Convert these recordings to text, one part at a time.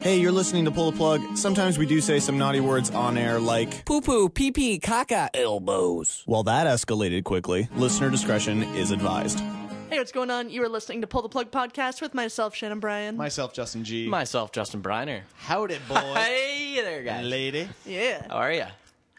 Hey, you're listening to Pull the Plug. Sometimes we do say some naughty words on air like, Poo poo, pee pee, caca, elbows. well, that escalated quickly. Listener discretion is advised. Hey, what's going on? You are listening to Pull the Plug podcast with myself, Shannon Bryan. Myself, Justin G. Myself, Justin Briner. Howdy, boy. Hey there, guys. lady. yeah. How are ya?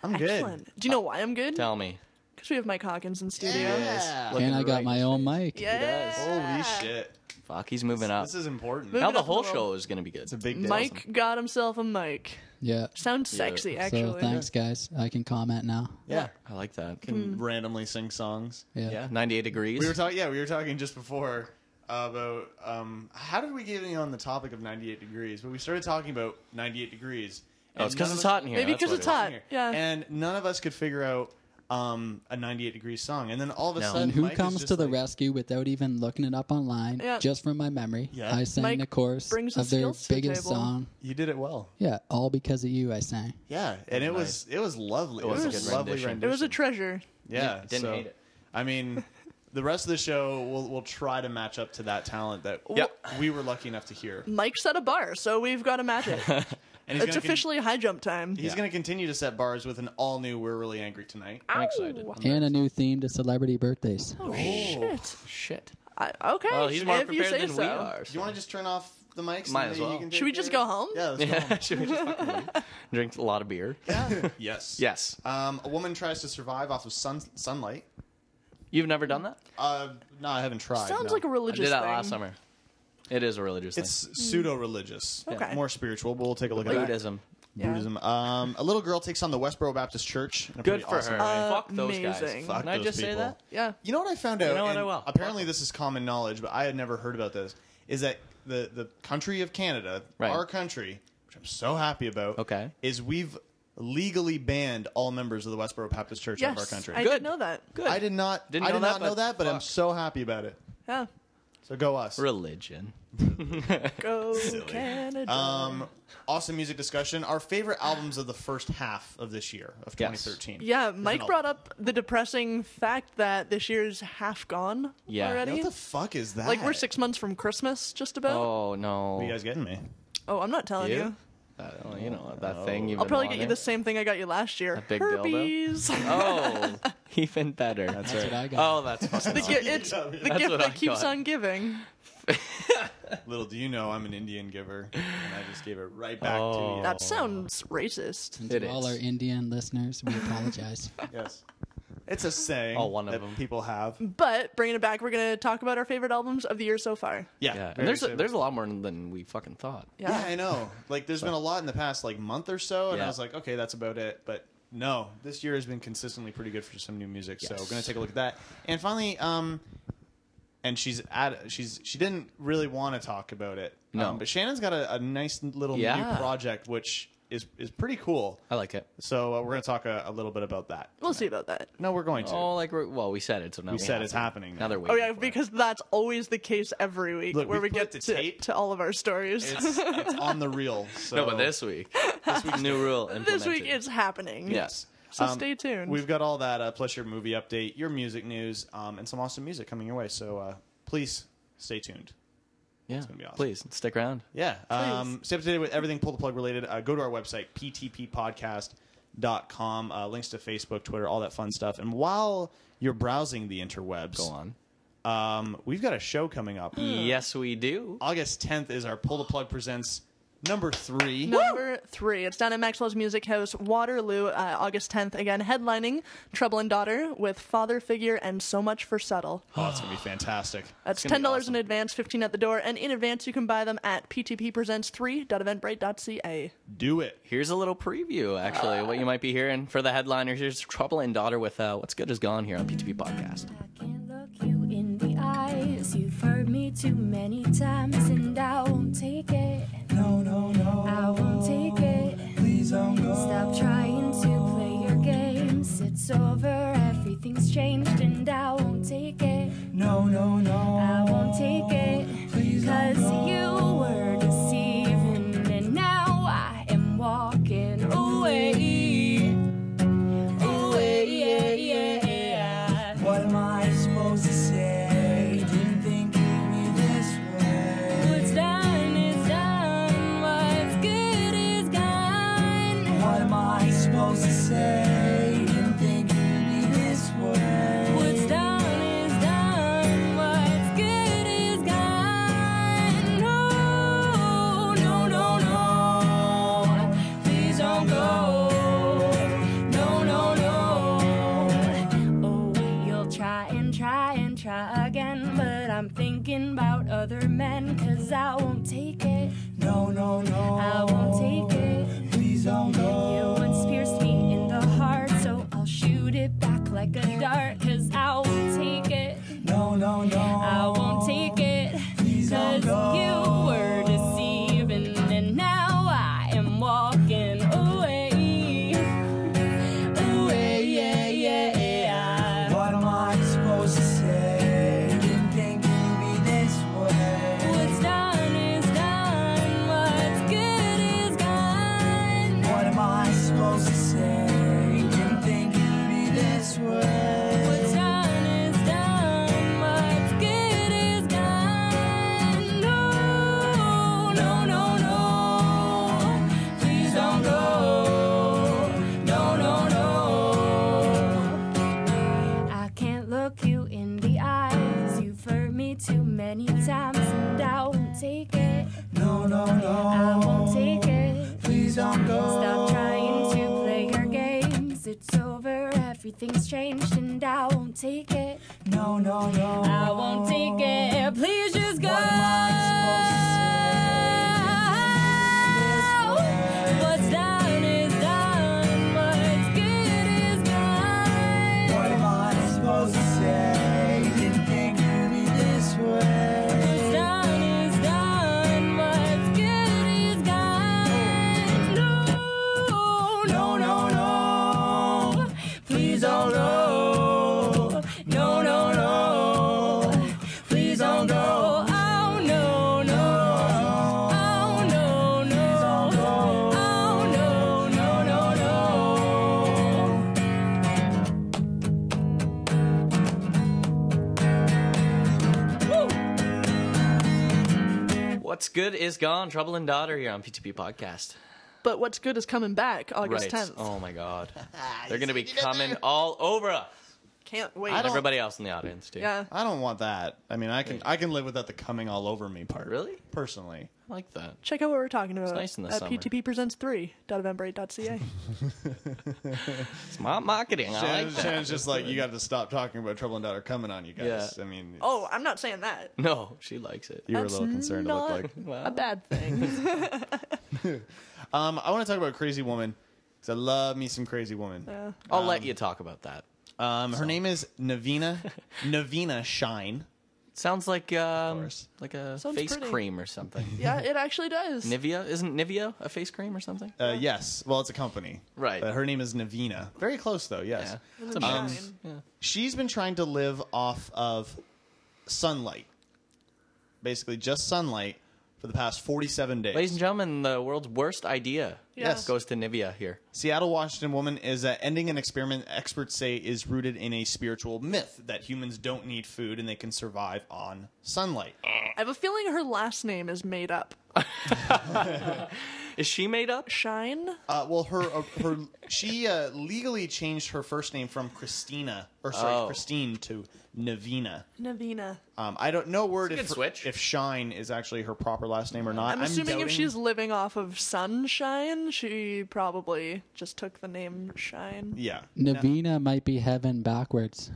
I'm Excellent. Do you know why I'm good? Tell me. Because we have Mike Hawkins in studio. Yeah. And I got my own mic. Yes. Uh, Holy shit. Fuck, he's moving up. This is important. Move now it the up a whole little. show is gonna be good. It's a big deal. Mike got himself a mic. Yeah. Sounds sexy, actually. So thanks, guys. I can comment now. Yeah. I like that. Can randomly sing songs. Yeah. Yeah, 98 degrees. We were talking. Yeah, we were talking just before about um, how did we get in on the topic of 98 degrees? But we started talking about 98 degrees. oh, it's and because none it's of us- hot in here. Maybe that's 'cause what it's it is. hot. yeah. And none of us could figure out um, a 98 degrees song. And then all of a No. sudden, And who Mike is comes just to the like, rescue without even looking it up online? Yeah. Just from my memory, Yeah. I sang Mike the chorus brings the of their skills to the biggest table. song. You did it well. Yeah, all because of you, I sang. Yeah, and it was it was lovely. It was, a good a lovely rendition. rendition. it was a treasure. yeah. Didn't- didn't so, hate it. I mean, the rest of the show we'll we'll try to match up to that talent that Yep. we were lucky enough to hear. Mike set a bar, so we've got to match it. And he's it's gonna con- officially high jump time. he's going to continue to set bars with an all new "We're Really Angry Tonight." I'm excited. Ow. And a new theme to celebrity birthdays. Oh, shit. Shit. I, okay. Well, he's more if you prepared say than so. we are. Do you want to just turn off the mics? Might and as then you well. can Should we take just care go of it? home? Yeah, let's go Yeah, home. should we just fucking leave? drink a lot of beer? Yes. Yes. Um, a woman tries to survive off of sun- sunlight. You've never done that? Uh, no, I haven't tried. Sounds no. like a I religious did that thing. last summer. It is a religious It's pseudo-religious, Okay. more spiritual. But we'll take a look thing. at that. Buddhism. Yeah. Buddhism. Um, a little girl takes on the Westboro Baptist Church. in a Good pretty for awesome her. way. Fuck those guys. Uh, Amazing. Fuck Can I those just say people. that? Yeah. You know what I found out? know what And I will. Apparently, this is common knowledge, but I had never heard about this. Is that the the country of Canada, Right. our country, which I'm so happy about? Okay. is we've legally banned all members of the Westboro Baptist Church out of our Yes. country. I Good. did know that. Good. I did not. Didn't I know did that, not know but that, but I'm fuck. so happy about it. Yeah. So go us. Religion. Go Canada. Um, awesome music discussion. Our favorite albums of the first half of this year of Yes. 2013. yeah, There's Mike an brought al- up the depressing fact that this year's half gone Yeah. already. What the fuck is that? like we're six months from Christmas, just about. Oh, Oh no. Are you Oh. guys getting me? I'm not telling You? you. Uh, well, you know that thing. You've I'll been probably get you wanting. the same thing I got you last year. big dildo? Herpes. Oh, even better. That's That's what I got. Oh, that's fucking the, awesome. gi- it's the gift what that I keeps got. on giving. Little do you know, I'm an Indian giver, and I just gave it right back Oh. to you. That sounds racist. And It to all is. our Indian listeners, we apologize. Yes. It's a saying Oh, one of that them. people have. But bringing it back, we're going to talk about our favorite albums of the year so far. Yeah, Yeah. very and there's a, same. there's a lot more than we fucking thought. Yeah. yeah, I know. Like, there's been a lot in the past, like, month or so, and Yeah. I was like, okay, that's about it. But no, this year has been consistently pretty good for some new music. So Yes. we're going to take a look at that. And finally, um, and she's at she's she didn't really want to talk about it. No. um, but Shannon's got a, a nice little Yeah. new project which is is pretty cool. I like it. So uh, we're going to talk a, a little bit about that. We'll see about that. No, we're going to. Oh, like we're, well, we said it, so now we, said have it's to. happening now. Now they're Oh, waiting. yeah, for it. because that's always the case every week Look, where we we put get the to, tape- to all of our stories. It's, it's on the reel. So no, but this week, this week's new rule. this implemented. week it's happening. yes. So stay tuned. Um, We've got all that, uh, plus your movie update, your music news, um, and some awesome music coming your way. So uh, please stay tuned. Yeah, gonna be awesome. please stick around. Yeah. Um, stay up to date with everything Pull the Plug related. Uh, go to our website, ptppodcast.com. Uh, links to Facebook, Twitter, all that fun stuff. And while you're browsing the interwebs, Go on. Um, we've got a show coming up. Hmm. Yes, we do. August 10th is our Pull the Plug Presents number three. Number three, it's down at Maxwell's Music House, Waterloo, uh, August 10th. Again, headlining Trouble and Daughter with Father Figure and So Much for Subtle. Oh, it's going to be fantastic. That's It's gonna $10 be awesome. in advance, 15 at the door, and in advance you can buy them at ptppresents3.eventbrite.ca. Do it. Here's a little preview, actually, what you might be hearing for the headliners. Here's Trouble and Daughter with uh, What's Good Is Gone here on PTP Podcast. I can't look you in the eyes. You've heard me too many times, and I won't take it. No, no, no, I won't take it. please don't go. Stop trying to play your games. It's over, everything's changed, and I won't take it. No, no, no, I won't take it. please don't Cause go. you were deceiving, and now I am walking away. Away, yeah, yeah, yeah. What am I supposed to say? Didn't think you'd be this way. What's done is done. What's good cause I won't take it. No, no, no. I won't take it. Please don't go. You once pierced me in the heart, so I'll shoot it back like a dart. Cause I won't take it. No, no, no. I won't take it. Please don't Cause you go. were deceiving, and now I am walking away. Away, yeah, yeah, yeah. What am I supposed to say? Didn't think you'd be this way. What's done is done, what's good is gone. What am I supposed to say? Didn't think you'd be this way. What's done is done, what's good is gone. No, no, no, no. Please don't go. No, no, no. I can't look you in the eyes. You've hurt me too many times, and I won't take it. No, no, I no. won't take it. Please don't go. Stop trying to play your games. It's over, everything's changed, and I won't take it. No, no, no. I won't take it. Please just go. What am What's done is done. What's good is What gone. am I supposed to say? Didn't think you'd be this way. What's done is done. What's good is gone. No, no, no, no. Please don't go. No, no, no. Please don't go. Oh, no, no. Oh, no, no. Oh, no, no, no, no. What's good is gone. Trouble and daughter here on PTP podcast. But what's good is coming back August 10th. Oh my god. They're gonna be coming all over us. Can't wait. I don't- Everybody else in the audience too. yeah. I don't want that. I mean, I can I can live without the coming all over me part. Really? Personally. I like that. Check out what we're talking about. nice in the at summer. PTP Presents 3.eventbrite.ca. Smart marketing. I like Shannon's, that. Shannon's just like you got to stop talking about trouble and daughter coming on you guys. Yeah. I mean, it's- oh, I'm not saying that. No, she likes it. you were a That's little concerned. It looked not- like. A bad thing. Um, I want to talk about Crazy Woman because I love me some Crazy Woman. Yeah. I'll let you talk about that. Um, her name is Navina Navina Shine. Sounds like um, course. like a Sounds face pretty. cream or something. yeah, it actually does. Nivea isn't Nivea a face cream or something? Uh, yes, well, it's a company, Right. But her name is Navina. Very close though. Yes, Yeah, it's Um, a Shine. mix. Yeah. she's been trying to live off of sunlight, basically just sunlight, for the past forty-seven days. Ladies and gentlemen, the world's worst idea Yeah. Yes. goes to Nivea here. Seattle, Washington woman is uh, ending an experiment experts say is rooted in a spiritual myth that humans don't need food and they can survive on sunlight. I have a feeling her last name is made up. Is she made up? Shine? Uh, well, her uh, her she uh, legally changed her first name from Christina or sorry Oh. Christine to Navina. Navina. Um, I don't know word It's a if good switch. if Shine is actually her proper last name or not. I'm assuming if doubting- she's living off of sunshine, she probably just took the name Shine. yeah. Navina might be heaven backwards.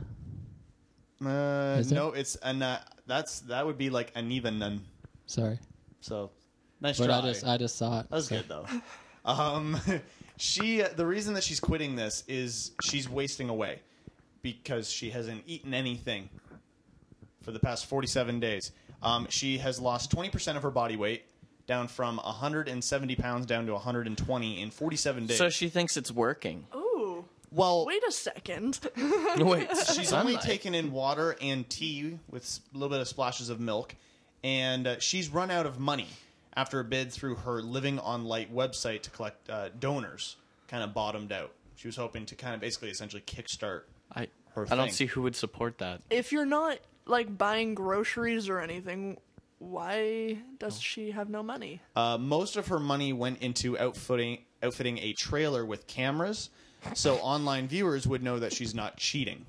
Uh, Is it? no, it's an uh, that's that would be like an even nun. Sorry, So nice but try. I just I just saw it. That was so- good though. Um, she the reason that she's quitting this is she's wasting away because she hasn't eaten anything for the past 47 days. Um, she has lost 20% of her body weight, down from 170 pounds down to 120 in 47 days. So she thinks it's working. Ooh. well, Wait a second. Wait, she's only sunlight. taken in water and tea with s- a little bit of splashes of milk, and uh, she's run out of money after a bid through her Living on Light website to collect uh, donors. Kind of bottomed out. She was hoping to kind of basically essentially kickstart. I, Her I don't thing. see who would support that. if you're not like buying groceries or anything, why does she have no money? Uh, most of her money went into outfitting outfitting a trailer with cameras, so online viewers would know that she's not cheating.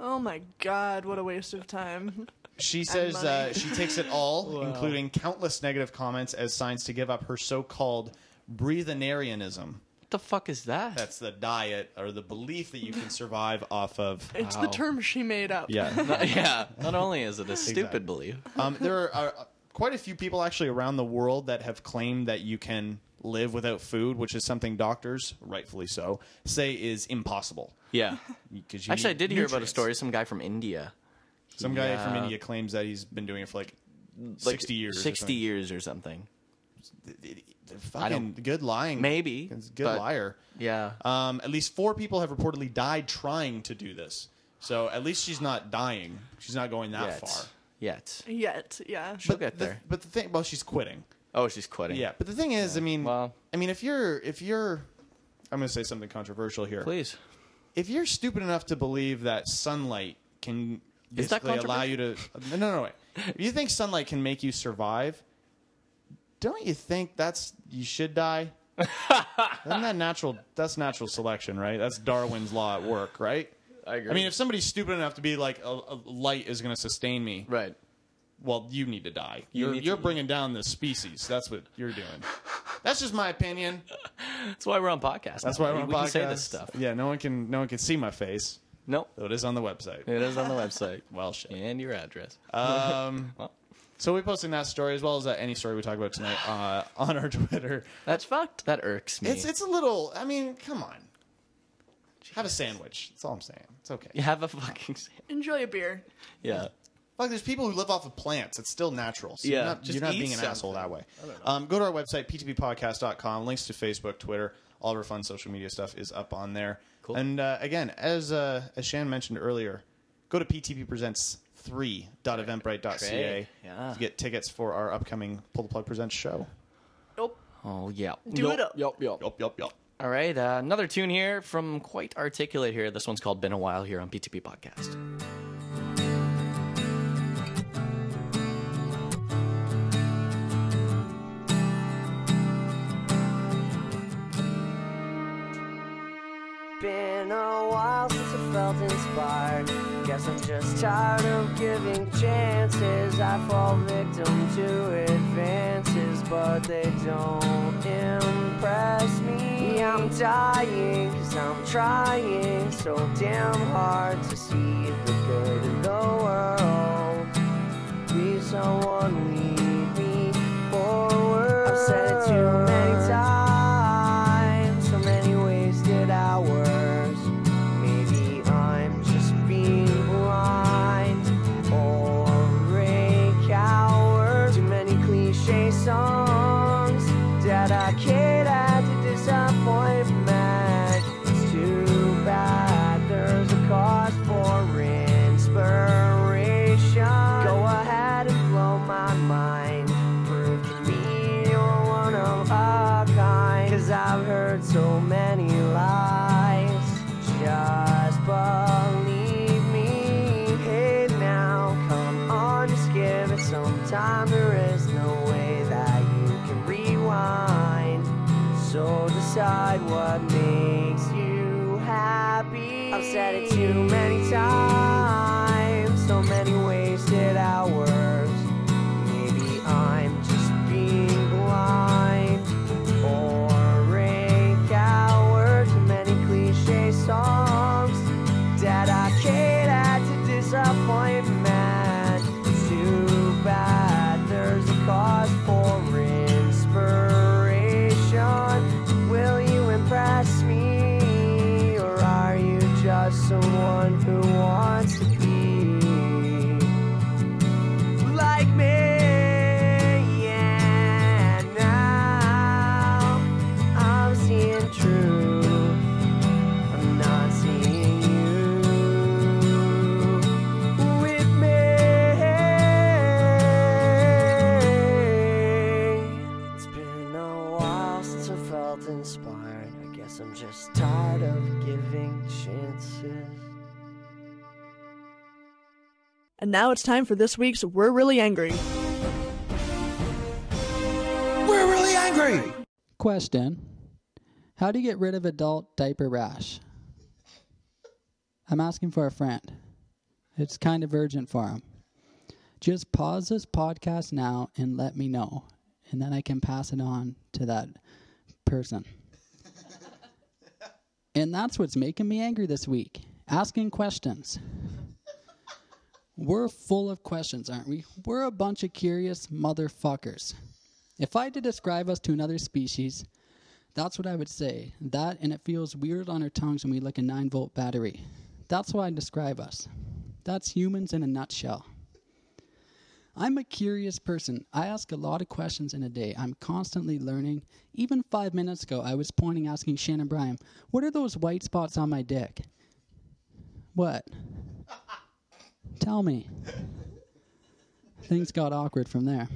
Oh my god, what a waste of time. She says money. uh, she takes it all, including countless negative comments, as signs to give up her so-called breathinarianism. What the fuck is that? That's the diet or the belief that you can survive off of. It's Wow. the term she made up. Yeah. yeah. Not only is it a stupid Exactly. belief, Um, there are, uh, quite a few people actually around the world that have claimed that you can live without food, which is something doctors, rightfully so, say is impossible. Yeah. 'Cause you Actually, I need did hear about a nutrients. story. Some guy from India, Some guy from Yeah. India claims that he's been doing it for like, like sixty years. or sixty something. years or something. Fucking don't- good lying. Maybe, It's good but- liar. Yeah. Um, at least four people have reportedly died trying to do this. So at least she's not dying. She's not going that yet. far. Yet. Yet, yeah. She'll But get the- there. But the thing, well, she's quitting. Oh, she's quitting. Yeah, but the thing is, I mean, Well- I mean, if you're if you're, I'm going to say something controversial here. Please. If you're stupid enough to believe that sunlight can Is that basically allow you to, no, no, no, wait. If you think sunlight can make you survive, don't you think that's you should die? Isn't that natural? That's natural selection, right? That's Darwin's law at work, right? I agree. I mean, if somebody's stupid enough to be like, a, a light is going to sustain me, right. well, you need to die. You You're, need you're to- bringing down the species. That's what you're doing. That's just my opinion. That's why we're on podcast. That's now. why we, we're on we podcast. can say this stuff. Yeah, no one can no one can see my face, Nope. though it is on the website. It is on the website. Well, shit. and your address. Um, Well. so we're posting that story as well as uh, any story we talk about tonight uh, on our Twitter. That's fucked. That irks me. It's it's a little. I mean, come on. Have a sandwich. That's all I'm saying. It's okay. you have a fucking Enjoy a beer. yeah. Fuck, there's people who live off of plants. It's still natural. So you're Yeah, not, just you're not eat being an something. asshole that way. Um, go to our website, ptppodcast.com. Links to Facebook, Twitter, all of our fun social media stuff is up on there. Cool. And uh, again, as uh, as Shan mentioned earlier, go to ptppresents3.eventbrite.ca Great, yeah. to get tickets for our upcoming Pull the Plug Presents show. Nope. Oh yeah. Do it up. Yup yup. Yup, yup, yup. All right. Uh, another tune here from Quite Articulate here. This one's called "Been a While" here on PTP Podcast. Been a while since I felt inspired. Guess I'm just tired of giving chances. I fall victim to advances, but they don't impress me. I'm dying, cause I'm trying so damn hard to see the good in the world. Please, someone lead me forward. I've said it too many times, so many wasted hours. Maybe I'm just being blind or a coward. Too many cliche songs dedicated to disappointment. It's too bad there's a cause for inspiration. Go ahead and blow my mind. Prove to me you're one of a kind. Cause I've heard so many lies. Just believe me. Hey now, come on, just give it some time. There is no way that you can rewind. So decide what makes you happy. I've said it too many times, so many wasted hours. Maybe I'm just being blind or a coward. Too many cliche songs dedicated to disappointment. It's too bad there's a cause for inspiration. Will you impress me, or are you just someone who wants to be? like me. Yeah, now I'm seeing true. I'm not seeing you with me. It's been a while since I felt inspired. I guess I'm just tired of giving chances. And now it's time for this week's We're Really Angry. Mm-hmm. Question How do you get rid of adult diaper rash? I'm asking for a friend. It's kind of urgent for him. Just pause this podcast now and let me know, and then I can pass it on to that person. and that's what's making me angry this week asking questions. We're full of questions, aren't we? We're a bunch of curious motherfuckers. If I had to describe us to another species, that's what I would say. That and it feels weird on our tongues when we lick a 9 volt battery. That's how I describe us. That's humans in a nutshell. I'm a curious person. I ask a lot of questions in a day. I'm constantly learning. Even five minutes ago, I was pointing, asking Shannon Bryan, What are those white spots on my dick? What? Tell me. Things got awkward from there.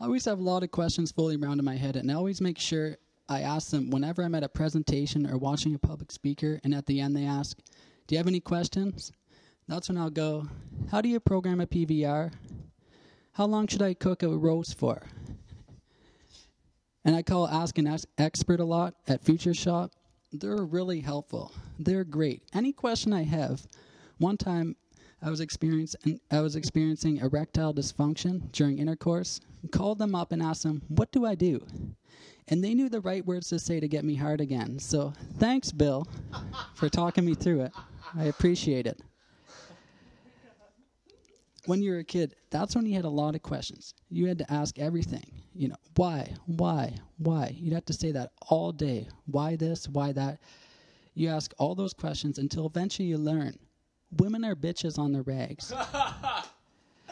I always have a lot of questions floating around in my head, and I always make sure I ask them whenever I'm at a presentation or watching a public speaker, and at the end they ask, Do you have any questions? That's when I'll go, How do you program a PVR? How long should I cook a roast for? And I call Ask an Ex- Expert a lot at Future Shop. They're really helpful. They're great. Any question I have, one time I was experiencing I was experiencing erectile dysfunction during intercourse. Called them up and asked them, "What do I do?" And they knew the right words to say to get me hard again. So thanks, Bill, for talking me through it. I appreciate it. When you were a kid, that's when you had a lot of questions. You had to ask everything. You know, why, why, why? You'd have to say that all day. Why this? Why that? You ask all those questions until eventually you learn women are bitches on their rags.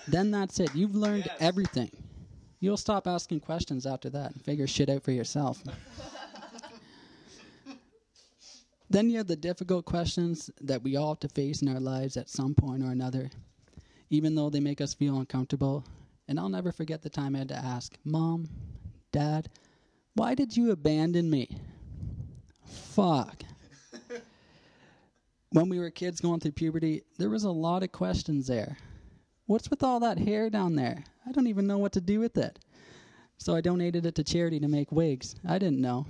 then that's it. You've learned everything. You'll stop asking questions after that and figure shit out for yourself. then you have the difficult questions that we all have to face in our lives at some point or another, even though they make us feel uncomfortable. And I'll never forget the time I had to ask, Mom, Dad, why did you abandon me? Fuck when we were kids going through puberty, there was a lot of questions there. What's with all that hair down there? I don't even know what to do with it. So I donated it to charity to make wigs. I didn't know.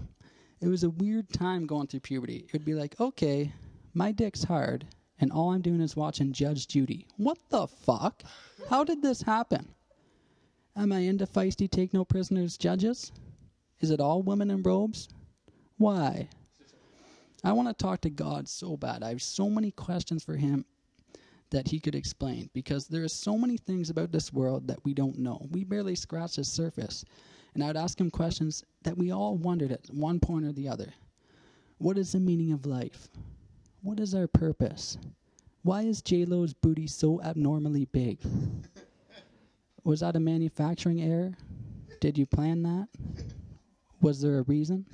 It was a weird time going through puberty. It would be like, okay, my dick's hard, and all I'm doing is watching Judge Judy. What the fuck? How did this happen? Am I into feisty, take no prisoners judges? Is it all women in robes? Why? I want to talk to God so bad. I have so many questions for Him that He could explain because there are so many things about this world that we don't know. We barely scratch the surface. And I would ask Him questions that we all wondered at one point or the other What is the meaning of life? What is our purpose? Why is J-Lo's booty so abnormally big? Was that a manufacturing error? Did you plan that? Was there a reason?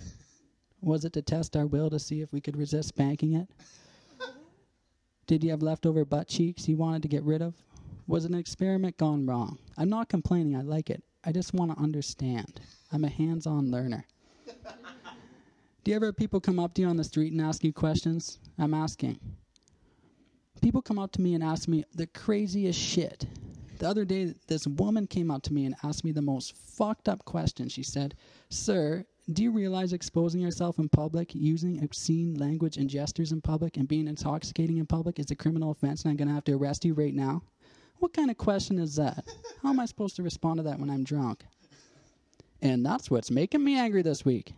Was it to test our will to see if we could resist spanking it? Did you have leftover butt cheeks you wanted to get rid of? Was an experiment gone wrong? I'm not complaining, I like it. I just want to understand. I'm a hands on learner. Do you ever have people come up to you on the street and ask you questions? I'm asking. People come up to me and ask me the craziest shit. The other day, this woman came up to me and asked me the most fucked up question. She said, Sir, do you realize exposing yourself in public, using obscene language and gestures in public, and being intoxicating in public is a criminal offense and I'm going to have to arrest you right now? What kind of question is that? How am I supposed to respond to that when I'm drunk? And that's what's making me angry this week.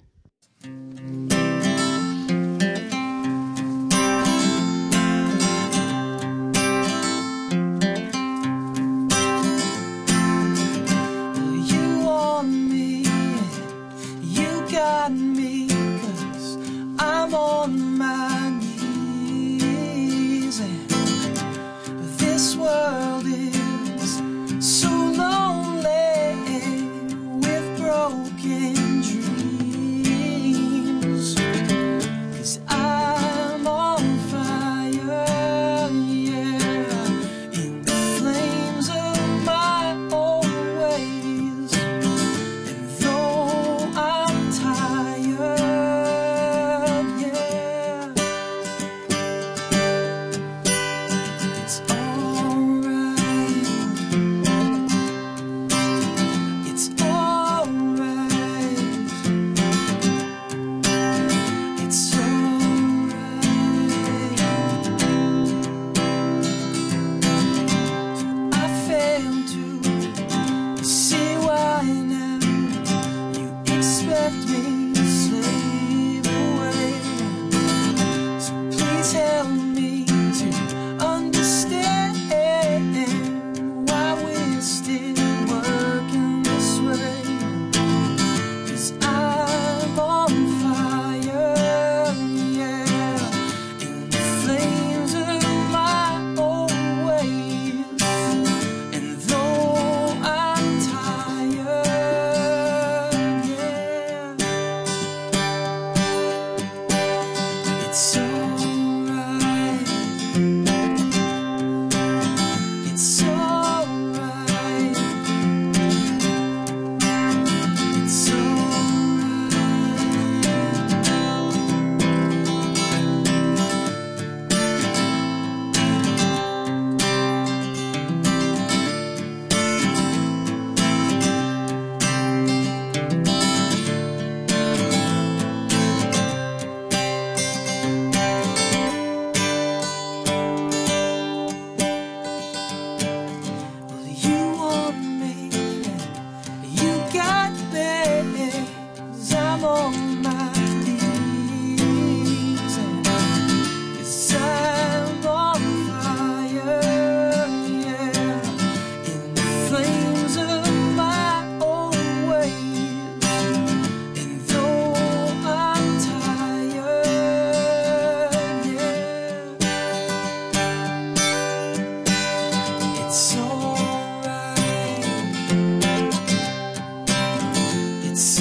You want me, you got me, cause I'm on my knees. And this world is so lonely with broken dreams. Cause I'm on fire, yeah, in the flames of my own ways. And though I'm tired, yeah, It's alright. It's alright. It's alright. Well, you want me, you got things. I'm on my knees, cause I'm on fire, yeah. In the flames of my own ways, and though I'm tired, yeah. It's alright. It's alright. It's alright. It's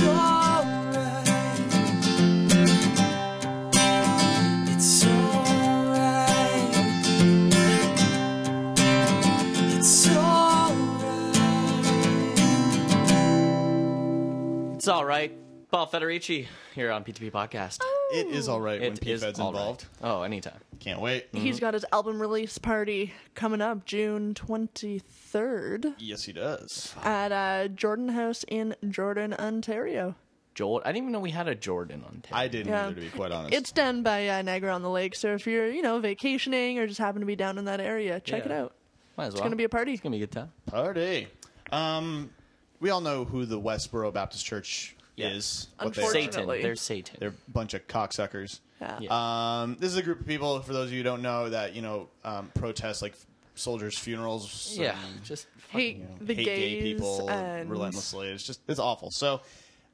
alright. It's all right. Paul Federici here on PTP Podcast. It is all right It when is P-Fed's all right. involved. Oh, anytime. Can't wait. Mm-hmm. He's got his album release party coming up June 23rd Yes, he does. at uh, Jordan House in Jordan, Ontario. Jordan. I didn't even know we had a Jordan on tape. I didn't Yeah. either, to be quite honest. It's done by uh, Niagara on the Lake, so if you're, you know, vacationing or just happen to be down in that area, check it Yeah. out. Might as well. It's gonna be a party. It's gonna be a good time. Party. Um, we all know who the Westboro Baptist Church Yeah. is. what they are. Unfortunately. Satan. There's Satan. They're a bunch of cocksuckers. Yeah. Yeah. Um, this is a group of people, for those of you who don't know, that, you know, um, protest like f- soldiers' funerals. yeah. and Just Hate the hate gays gay people and relentlessly. It's just, it's awful. So,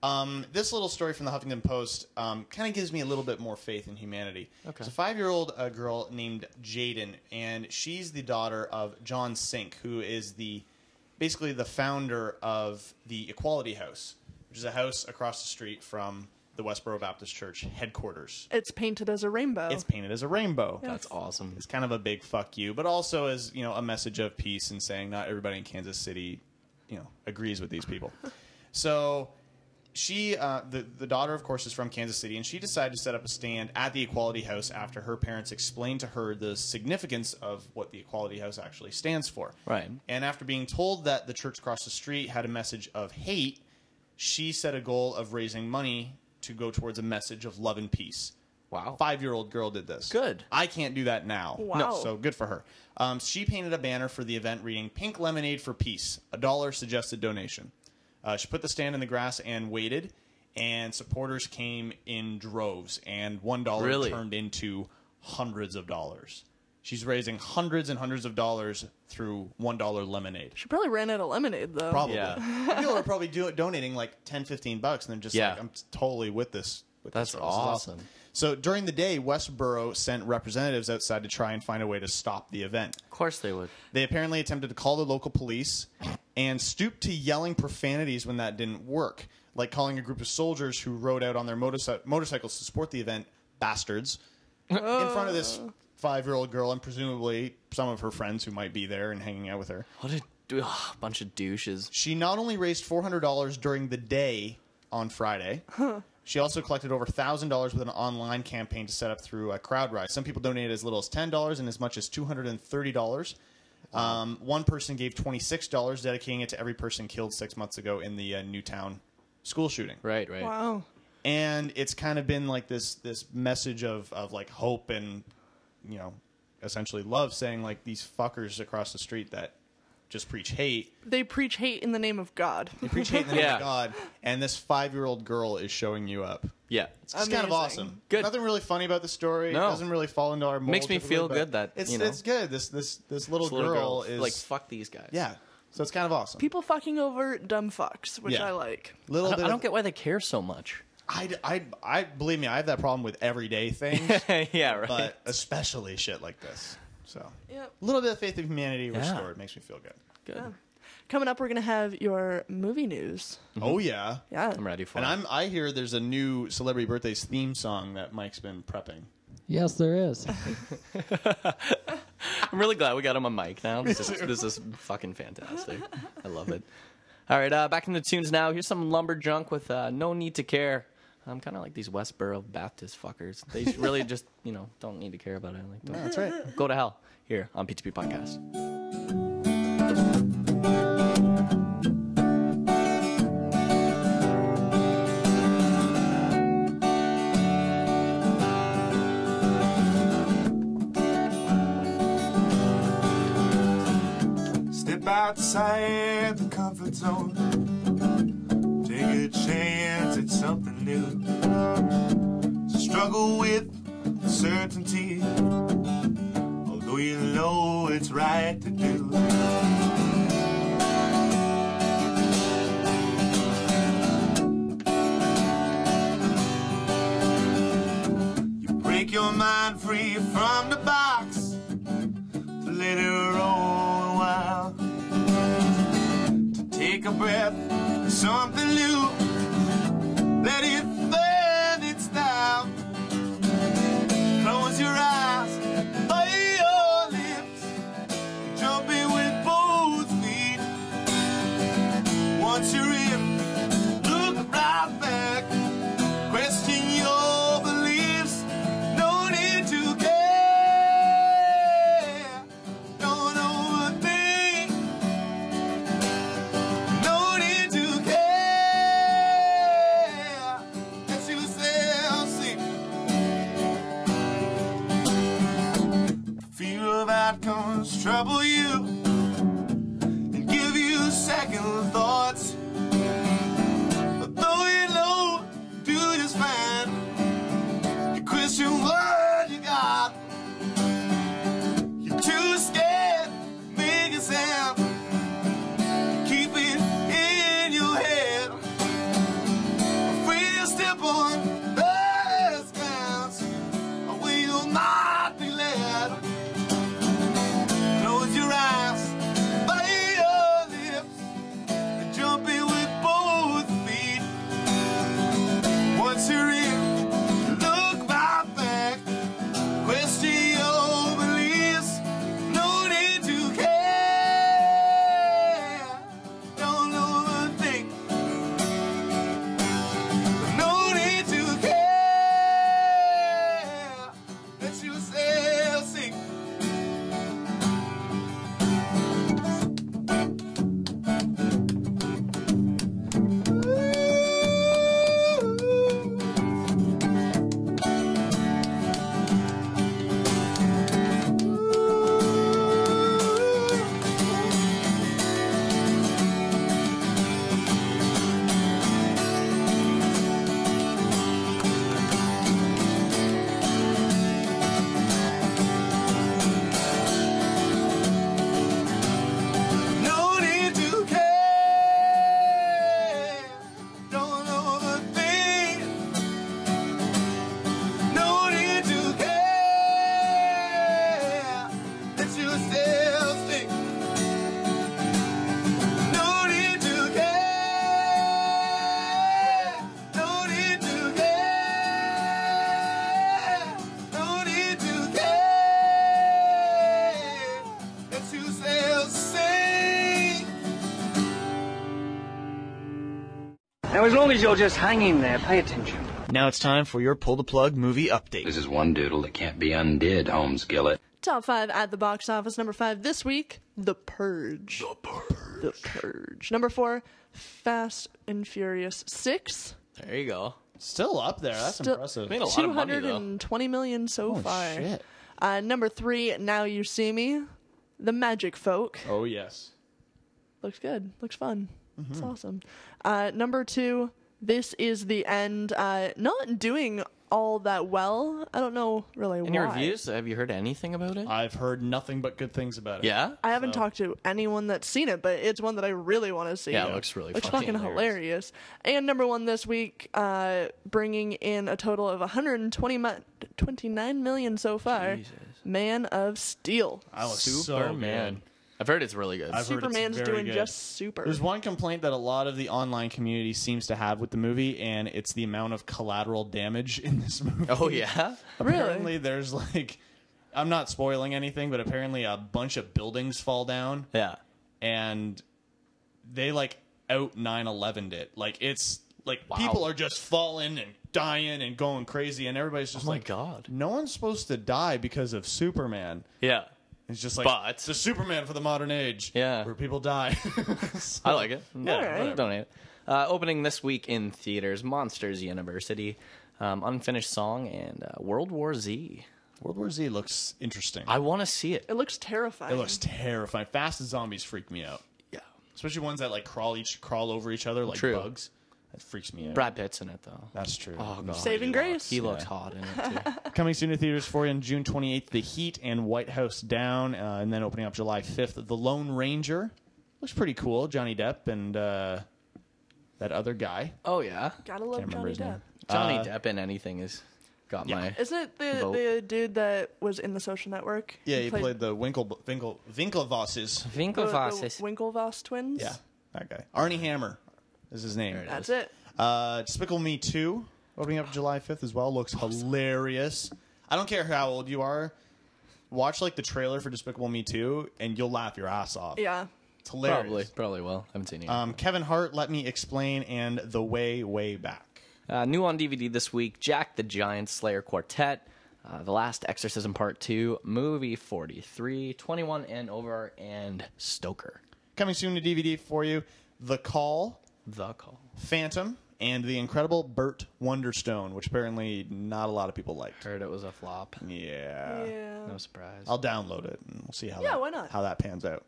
um, this little story from the Huffington Post um, kind of gives me a little bit more faith in humanity. Okay. It's a five year old uh, girl named Jaden, and she's the daughter of John Sink, who is the basically the founder of the Equality House, which is a house across the street from the Westboro Baptist Church headquarters. It's painted as a rainbow. It's painted as a rainbow. that's awesome. It's kind of a big fuck you, but also as you know a message of peace and saying not everybody in Kansas City, you know, agrees with these people. so she, uh, the the daughter, of course, is from Kansas City, and she decided to set up a stand at the Equality House after her parents explained to her the significance of what the Equality House actually stands for. Right. And after being told that the church across the street had a message of hate, she set a goal of raising money to go towards a message of love and peace wow. five year old girl did this. Good. I can't do that now. Wow. No, so good for her. Um, she painted a banner for the event reading Pink Lemonade for Peace, a dollar suggested donation. Uh, she put the stand in the grass and waited, and supporters came in droves, and one dollar Really? turned into hundreds of dollars. She's raising hundreds and hundreds of dollars through one dollar lemonade. she probably ran out of lemonade, though. Probably. Yeah. People are probably do- donating like 10, 15 bucks, and they're just Yeah. like, I'm totally with this. With That's this girl. This is awesome. So during the day, Westboro sent representatives outside to try and find a way to stop the event. Of course they would. They apparently attempted to call the local police and stooped to yelling profanities when that didn't work, like calling a group of soldiers who rode out on their motorci- motorcycles to support the event bastards in front of this five year old girl and presumably some of her friends who might be there and hanging out with her. What a d- ugh, bunch of douches. She not only raised four hundred dollars during the day on Friday, she also collected over thousand dollars with an online campaign to set up through a CrowdRise. Some people donated as little as ten dollars and as much as two hundred and thirty dollars. Um, one person gave twenty six dollars, dedicating it to every person killed six months ago in the uh, Newtown school shooting. Right. Right. Wow. And it's kind of been like this this message of of like hope and you know essentially love, saying like these fuckers across the street that just preach hate They preach hate in the name of God. appreciate the name Yeah. of God, and this five-year-old girl is showing you up. Yeah. It's kind of Amazing. awesome. Good. Nothing really funny about the story. No. It doesn't really fall into our mold. Makes me typically, feel but good that, it's you know, it's good. This this this little, This little girl, is like fuck these guys. yeah. So it's kind of awesome. People fucking over dumb fucks, which Yeah. I like. little I don't, bit I don't of- get why they care so much. I, I I believe me. I have that problem with everyday things, yeah. Right. but especially shit like this. So Yep. a little bit of faith in humanity Yeah. restored makes me feel good. Good. Coming up, we're going to have your movie news. Oh yeah. Yeah. I'm ready for And it. I'm I hear there's a new celebrity birthdays theme song that Mike's been prepping. Yes, there is. I'm really glad we got him on mic now. This is, this is fucking fantastic. I love it. All right, uh, back in the tunes now. Here's some lumber junk with uh, no need to care. I'm kind of like these Westboro Baptist fuckers. They really just, you know, don't need to care about it. Like, don't, That's right. go to hell here on P2P Podcast. Step outside the comfort zone. Take a chance at something new. Struggle with certainty. Although you know it's right to do. You break your mind free from the box. Let it roll a while. To take a breath, something new. Let it burn its style. Close your eyes, lay your lips. Jumping with both feet. Once you're in, look right back. Question your beliefs. No need to care. Don't overthink. No need to care. Let yourself see. Fear of outcomes trouble you and give you second thoughts. But though you know, do just fine. You question what you got. You're too scared, make a sound. Keep it in your head. Free to step on those grounds where you'll not be led. Close your eyes, bite your lips, and jump in with both feet. Once you're in, look right back. Question your beliefs, no need to care. Don't overthink. No need to care. Let yourself sink. No need to care. Don't overthink. No need to care. Let yourself think. No need to care. No need to care. No need to care. Let yourself sing. Now, as long as you're just hanging there, pay attention. Now it's time for your pull the plug movie update. This is one doodle that can't be undid, Holmes Gillett. Top five at the box office. Number five this week, The Purge. The Purge. The Purge. Number four, Fast and Furious Six. There you go. Still up there. That's Still- impressive. Made a lot Two of money hundred though. and twenty million so Oh, far. shit. Uh, number three, Now You See Me. The Magic Folk. Oh yes. Looks good. Looks fun. It's awesome. Uh, number two, This Is the End. Uh, not doing all that well. I don't know really why. Any reviews? Have you heard anything about it? I've heard nothing but good things about it. yeah. I haven't talked to anyone that's seen it, but it's one that I really want to see. Yeah, it looks really looks fucking fucking hilarious. And number one this week, uh, bringing in a total of 120 mi- 29 million so far. Man of Steel. I was Superman. So I've heard it's really good. I've heard it's Superman's very doing good. just super. There's one complaint that a lot of the online community seems to have with the movie, and it's the amount of collateral damage in this movie. oh yeah, Apparently, there's like, I'm not spoiling anything, but apparently a bunch of buildings fall down, yeah. and they like out 9 11 it. Like it's like people are just falling and dying and going crazy, and everybody's just Oh my like, God. no one's supposed to die because of Superman. Yeah, It's just like But- it's the Superman for the modern age, Yeah. where people die. So- I like it. Yeah, Alright. whatever. don't hate it. Uh, opening this week in theaters: Monsters University, um, Unfinished Song, and uh, World War Z. World War Z looks interesting. I want to see it. It looks terrifying. It looks terrifying. Fast and zombies freak me out, Yeah, especially ones that like crawl each crawl over each other like True. bugs. That freaks me out. Brad Pitt's in it though. That's true. Oh, God. Saving Grace. He looks hot in it too. Coming soon to theaters for you on June 28th, The Heat and White House Down, uh, and then opening up July 5th, The Lone Ranger. Looks pretty cool. Johnny Depp and uh, that other guy. oh yeah, Gotta love Can't remember Johnny his name. Uh, Depp. Johnny Depp in anything has got my. Isn't it the Vote. the dude that was in the Social Network? Yeah, he played, the Winkle Winkle Winklevosses. the, the Winklevoss twins. Yeah, that guy. Arnie Hammer is his name. that's it. Uh, Despicable Me 2, opening up July 5th as well, looks hilarious. I don't care how old you are. Watch like the trailer for Despicable Me 2 and you'll laugh your ass off. Yeah, It's hilarious. Probably, probably will. haven't seen it. yet. Um, Kevin Hart, Let Me Explain, and The Way, Way Back. Uh, new on DVD this week: Jack the Giant Slayer Quartet, uh, The Last Exorcism Part Two, Movie 43, 21 and over, and Stoker. Coming soon to DVD for you The Call, The Call. Phantom, and The Incredible Burt Wonderstone, which apparently not a lot of people liked. Heard it was a flop. Yeah. yeah. No surprise. I'll download it and we'll see how, Yeah, that, why not? how that pans out.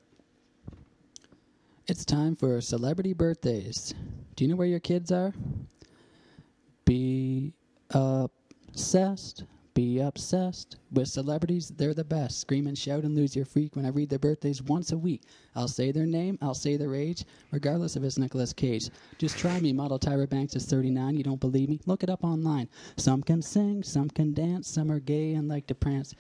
It's time for celebrity birthdays. Do you know where your kids are? Be obsessed. Be obsessed with celebrities. They're the best. Scream and shout and lose your freak when I read their birthdays once a week. I'll say their name. I'll say their age, regardless if it's Nicolas Cage. Just try me. Model Tyra Banks is 39. You don't believe me? Look it up online. Some can sing, some can dance, some are gay and like to prance.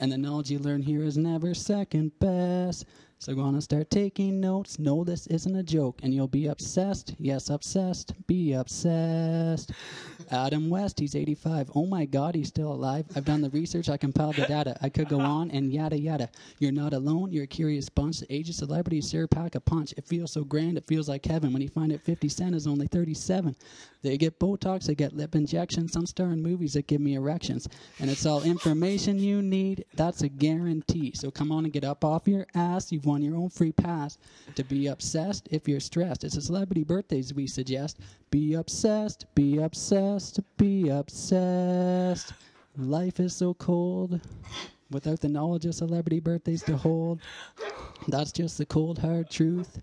And the knowledge you learn here is never second best. So go on and start taking notes. No, this isn't a joke, and you'll be obsessed. Yes, obsessed. Be obsessed. Adam West, he's 85. Oh my God, he's still alive. I've done the research. I compiled the data. I could go on and yada yada. You're not alone. You're a curious bunch. The age of celebrity is sure pack a punch. It feels so grand. It feels like heaven. When you find out 50 Cent is only 37, they get Botox. They get lip injections. Some star in movies that give me erections. And it's all information you need. That's a guarantee. So come on and get up off your ass. You've won your own free pass to be obsessed if you're stressed. It's a celebrity birthdays we suggest. Be obsessed, be obsessed, be obsessed. Life is so cold without the knowledge of celebrity birthdays to hold. That's just the cold, hard truth.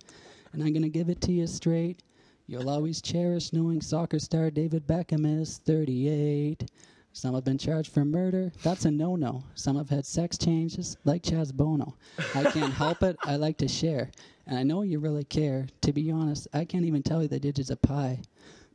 And I'm going to give it to you straight. You'll always cherish knowing soccer star David Beckham is 38. Some have been charged for murder. That's a no no. Some have had sex changes, like Chaz Bono. I can't help it. I like to share. And I know you really care. To be honest, I can't even tell you the digits of pi.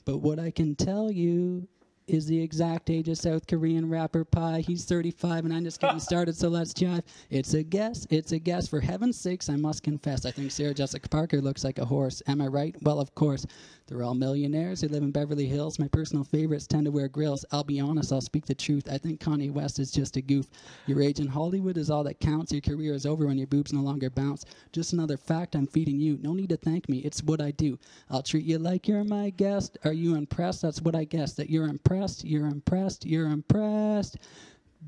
But what I can tell you is the exact age of South Korean rapper Pi. He's 35 and I'm just getting started, so let's jive. It's a guess. It's a guess. For heaven's sakes, I must confess. I think Sarah Jessica Parker looks like a horse. Am I right? Well, of course. They're all millionaires. They live in Beverly Hills. My personal favorites tend to wear grills. I'll be honest. I'll speak the truth. I think Kanye West is just a goof. Your age in Hollywood is all that counts. Your career is over when your boobs no longer bounce. Just another fact I'm feeding you. No need to thank me. It's what I do. I'll treat you like you're my guest. Are you impressed? That's what I guess. That you're impressed. You're impressed. You're impressed.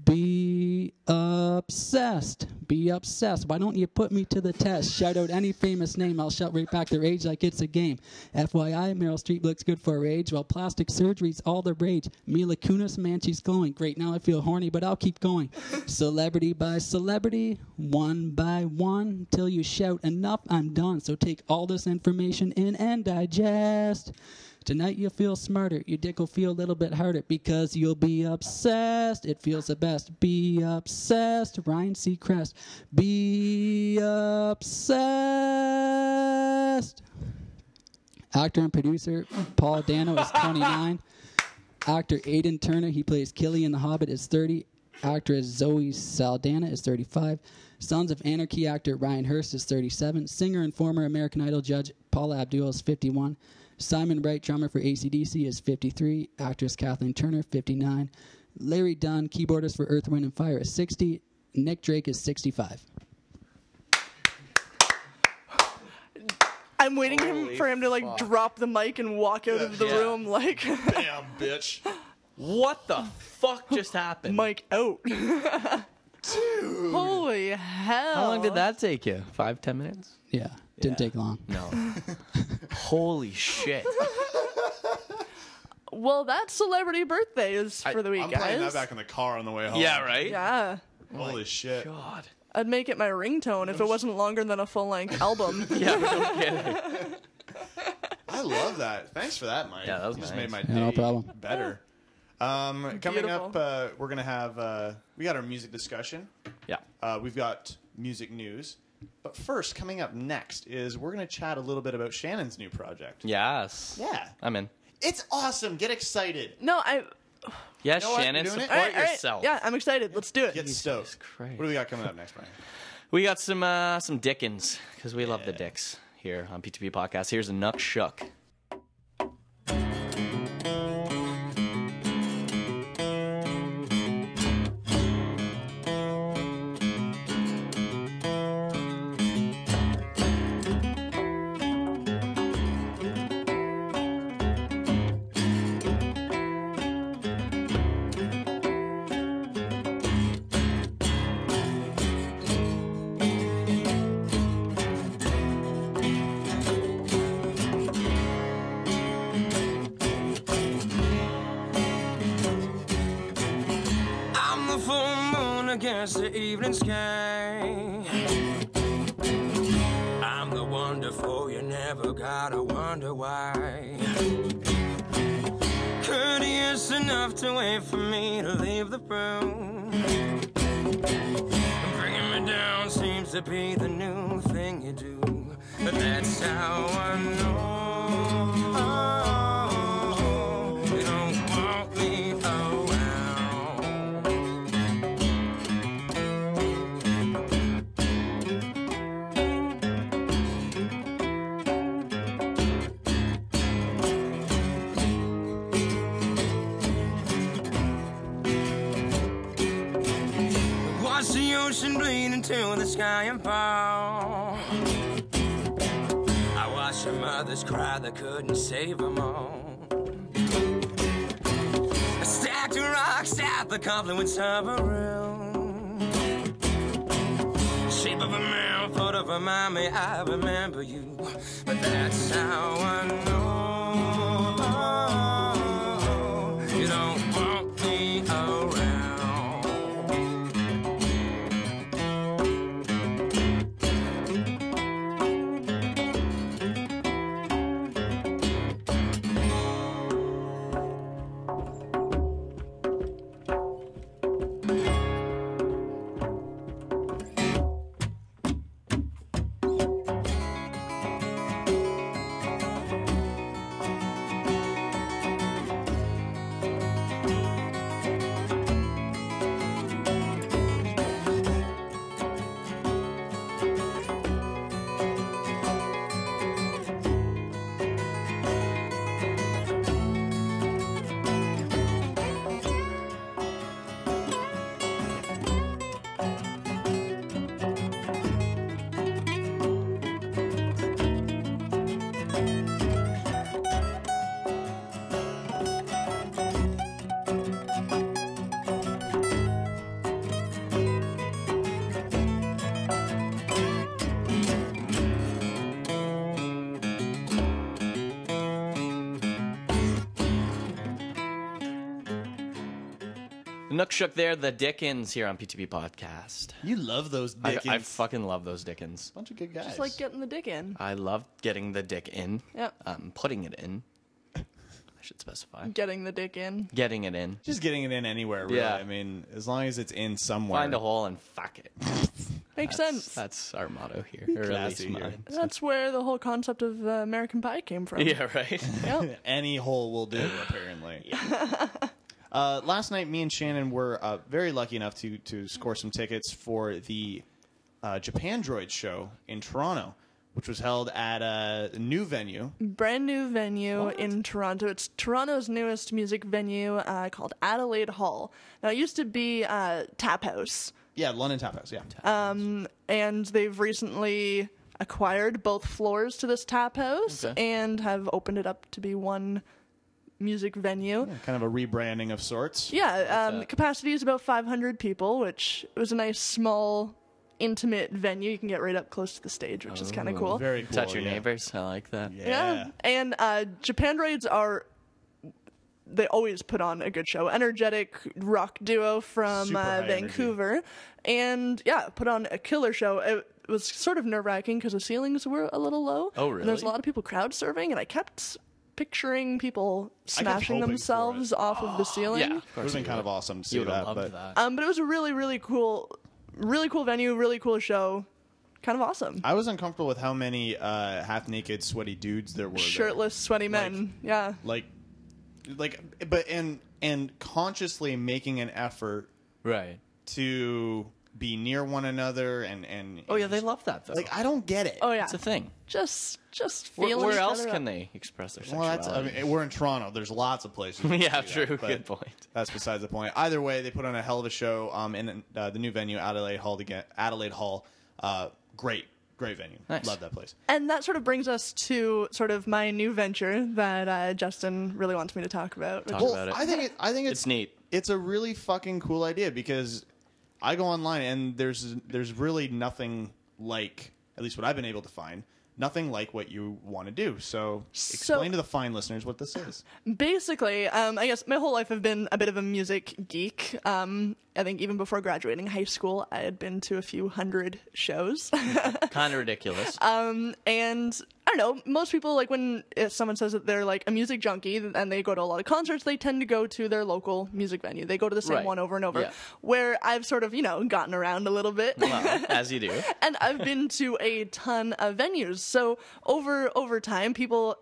Be obsessed. Be obsessed. Why don't you put me to the test? Shout out any famous name. I'll shout right back their age like it's a game. FYI, Meryl Streep looks good for her age, while plastic surgery's all the rage. Mila Kunis, man, she's glowing. Great, now I feel horny, but I'll keep going. celebrity by celebrity, one by one, till you shout enough, I'm done. So take all this information in and digest. Tonight you'll feel smarter. Your dick will feel a little bit harder because you'll be obsessed. It feels the best. Be obsessed. Ryan Seacrest. Be obsessed. Actor and producer Paul Dano is 29. Actor Aidan Turner, he plays Killy in The Hobbit, is 30. actress Zoe Saldana is 35. Sons of Anarchy actor Ryan Hurst is 37. Singer and former American Idol judge Paula Abdul is 51. Simon Wright, drummer for ACDC, is 53. Actress Kathleen Turner, 59. Larry Dunn, keyboardist for Earth, Wind, and Fire, is 60. Nick Drake is 65. I'm waiting him, for him to like drop the mic and walk out of the Yeah. room like Damn, bitch. What the fuck just happened? mic out. Holy hell! How long did that take you? Five, ten minutes? Yeah, didn't take long. No. Holy shit. Well, that celebrity birthday is for the week, I'm playing guys. that back in the car on the way home. right? Oh yeah, Holy shit. God. I'd make it my ringtone Oh, if it wasn't longer than a full length album. Yeah, no kidding. I love that. Thanks for that, Mike. Yeah, that was You just nice. made my Yeah, no day problem. better. Um, coming up, Beautiful. uh, we're gonna have uh, we got our music discussion. Yeah. Uh, we've got music news, but first, coming up next is we're gonna chat a little bit about Shannon's new project. Yes. Yeah. I'm in. It's awesome. Get excited. No, I. Yes, know what? Shannon, You're doing it? support All right, all right. yourself. Yeah, I'm excited. Let's do it. Get stoked. Christ. What do we got coming up next, Mike? We got some uh, some Dickens because we love the Dicks here on P2P Podcast. Here's a Nuck Shuck. I'm the full moon against the evening sky. I'm the wonderful, you never gotta wonder why. Courteous enough to wait for me to leave the room. Bringing me down seems to be the new thing you do. But that's how I know. Oh, You don't want me oh, around. Watch the ocean bleed into the sky and fall. I watched her mothers cry that couldn't save them all. I stacked her rocks at the confluence of a room. Shape of a man, foot of a mommy, I remember you. But that's how I know. You don't want me around. The Nuck Shuck there, the Dickens here on P2P Podcast. You love those I, Dickens. I fucking love those Dickens. bunch of good guys. Just like getting the dick in. I love getting the dick in. Yep. Um, putting it in. I should specify. Getting the dick in. Getting it in. Just getting it in anywhere, really. Yeah. I mean, as long as it's in somewhere. Find a hole and fuck it. That's, Makes sense. That's, that's our motto here. Or at Classy least here. mine. where the whole concept of uh, American Pie came from. Yeah, right? Yep. Any hole will do, apparently. Uh, last night, me and Shannon were uh, very lucky enough to to score some tickets for the uh, Japan Droid show in Toronto, which was held at a new venue. brand new venue in Toronto. It's Toronto's newest music venue uh, called Adelaide Hall. Now, it used to be uh, Tap House, Yeah, London Tap House. Yeah, um, and they've recently acquired both floors to this Tap House Okay. and have opened it up to be one music venue. kind of a rebranding of sorts. Yeah, um, that? capacity is about 500 people, which was a nice, small, intimate venue. You can get right up close to the stage, which is kind Oh, of cool. Very cool. Touch your yeah. neighbors. I like that. Yeah. Yeah. And uh, Japan Droids are. They always put on a good show. Energetic rock duo from Super high uh, energy. Vancouver. And yeah, put on a killer show. It was sort of nerve wracking because the ceilings were a little low. Oh, And there's a really? lot of people crowd serving, and I kept picturing people I kept smashing hoping for Ah, themselves off of the ceiling. Yeah. Of It would course have been you kind of would. awesome to see You would that. have loved but that. Um, but it was a really, really cool, really cool venue, really cool show. Kind of awesome. I was uncomfortable with how many uh, half-naked, sweaty dudes there were. there. Shirtless, sweaty men. yeah. like, like, but and and consciously making an effort Right. to be near one another and and Oh yeah, they love that though. like I don't get it. Oh yeah. It's a thing. Just, just Where, feeling. where each else other can out. they express their Well, sexuality? that's, I mean, we're in Toronto. There's lots of places. you yeah, can do that, true. but Good point. That's besides the point. Either way, they put on a hell of a show um, in uh, the new venue, Adelaide Hall. Again, Adelaide Hall, uh, great, great venue. Nice. Love that place. And that sort of brings us to sort of my new venture that uh, Justin really wants me to talk about. which Talk is- about it. I think it, I think it's, It's neat. It's a really fucking cool idea because I go online and there's there's really nothing like at least what I've been able to find. Nothing like what you want to do. So explain to the fine listeners what this is. basically, um, I guess my whole life I've been a bit of a music geek. Um, I think even before graduating high school, I had been to a few hundred shows. Um, Kind of ridiculous. and I don't know. Most people like when if someone says that they're like a music junkie and they go to a lot of concerts, they tend to go to their local music venue. They go to the same Right. one over and over. Yeah. Where I've sort of you know gotten around a little bit. well, as you do. and I've been to a ton of venues. So over over time, people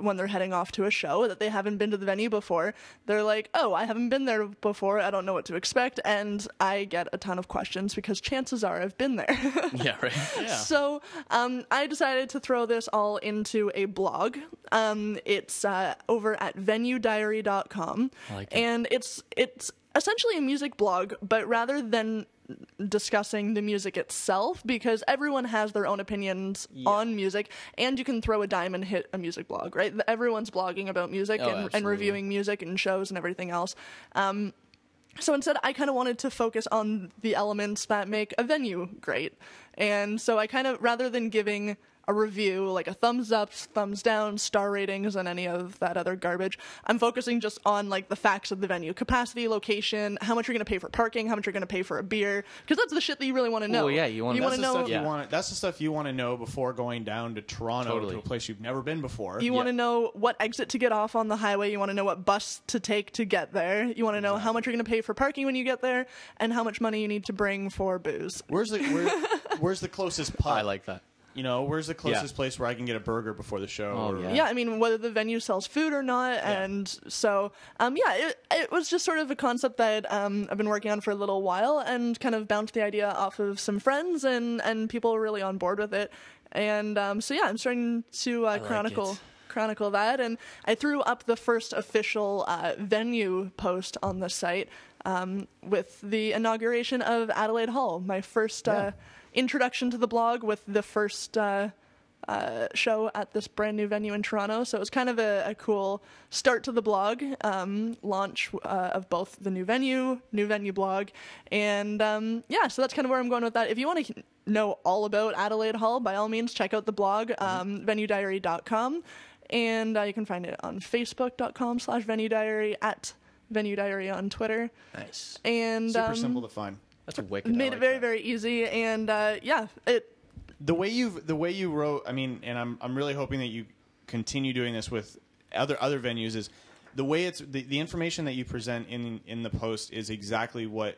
when they're heading off to a show that they haven't been to the venue before, they're like, "Oh, I haven't been there before. I don't know what to expect." And I get a ton of questions because chances are I've been there. Yeah, right. So um, I decided to throw this all into a blog. Um, it's uh, over at venuediary.com, I like that. and it's it's essentially a music blog, but rather than discussing the music itself because everyone has their own opinions on music and you can throw a dime and hit a music blog right everyone's blogging about music Oh, and, and absolutely. reviewing music and shows and everything else um, so instead, I kind of wanted to focus on the elements that make a venue great. And so I kind of, rather than giving a review, like a thumbs up, thumbs down, star ratings, and any of that other garbage, I'm focusing just on like the facts of the venue capacity, location, how much you're going to pay for parking, how much you're going to pay for a beer. Because that's the shit that you really want to know. Well, yeah, you wanna- you that's That's want to the know. stuff Yeah. you want. That's the stuff you want to know before going down to Toronto Totally. to a place you've never been before. You want to know what exit to get off on the highway. You want to know what bus to take to get there. You want to know how much you're going to pay for parking when you get there, and how much money you need to bring for booze. Where's the where, where's the closest pub? I like that. You know, where's the closest place where I can get a burger before the show? Oh, or- yeah. yeah i mean whether the venue sells food or not and so um, yeah it, it was just sort of a concept that um, i've been working on for a little while and kind of bounced the idea off of some friends and and people were really on board with it and um, so yeah i'm starting to uh, like chronicle it. chronicle that and i threw up the first official uh, venue post on the site um, with the inauguration of adelaide hall my first uh, introduction to the blog with the first uh, uh, show at this brand new venue in Toronto. So it was kind of a, a cool start to the blog, um, launch uh, of both the new venue, new venue blog. And um, yeah, so that's kind of where I'm going with that. If you want to know all about Adelaide Hall, by all means, check out the blog, Mm-hmm. um, venuediary.com. And uh, you can find it on facebook.com slash venue diary, at venue diary on Twitter. Nice. And Super um, simple to find. That's wicked. I made like it very, that. very easy. And uh, yeah, it the way you the way you wrote i mean and i'm i'm really hoping that you continue doing this with other other venues is the way it's the, the information that you present in in the post is exactly what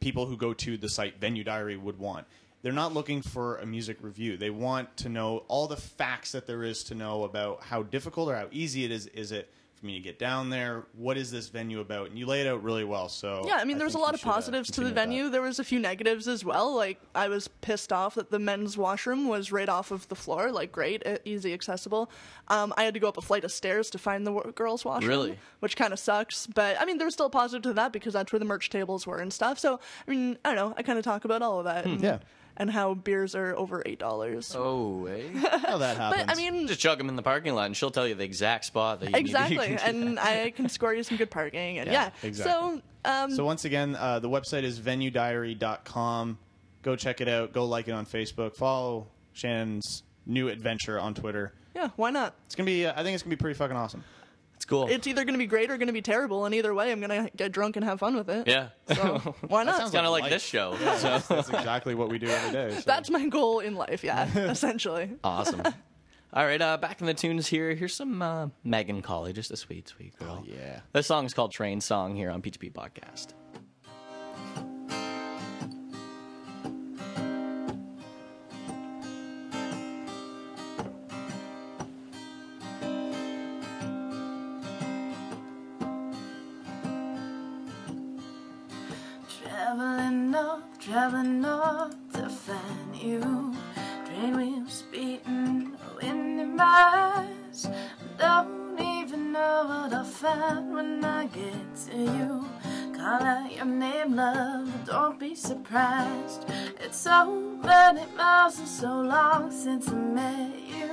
people who go to the site venue diary would want they're not looking for a music review they want to know all the facts that there is to know about how difficult or how easy it is is it for me to get down there? What is this venue about? And you lay it out really well. So Yeah, I mean, there was a Oh, think lot we of should, uh, positives to the continue venue. with There was a few negatives as well. Like, I was pissed off that the men's washroom was right off of the floor. Like, great, e- easy, accessible. Um, I had to go up a flight of stairs to find the wo- girls' washroom. Really? Which kind of sucks. But, I mean, there was still a positive to that because that's where the merch tables were and stuff. So, I mean, I don't know. I kind of talk about all of Hmm. that. And, yeah. And how beers are over $8. Oh, eh? that. How that happens? but, I mean, Just chug them in the parking lot, and she'll tell you the exact spot that you need to exactly. and I can score you some good parking. And, Yeah, yeah. exactly. So, um, So once again, uh, the website is venuediary.com. Go check it out. Go like it on Facebook. Follow Shannon's new adventure on Twitter. yeah, why not? It's gonna be. Uh, I think it's gonna be pretty fucking awesome. It's cool. it's either going to be great or going to be terrible, and either way, I'm going to get drunk and have fun with it. yeah. So why not? sounds it's kind of like life. this show. That's, that's exactly what we do every day. so. That's my goal in life. Yeah, essentially. Awesome. All right, uh, back in the tunes here. Here's some uh, Megan Colley, just a sweet, sweet girl. Oh, yeah. This song is called Train Song here on PTP Podcast. Traveling north, traveling north to find you. Train wheels beating, wind in my eyes. Don't even know what I'll find when I get to you. Call out your name, love, don't be surprised. It's so many miles and so long since I met you.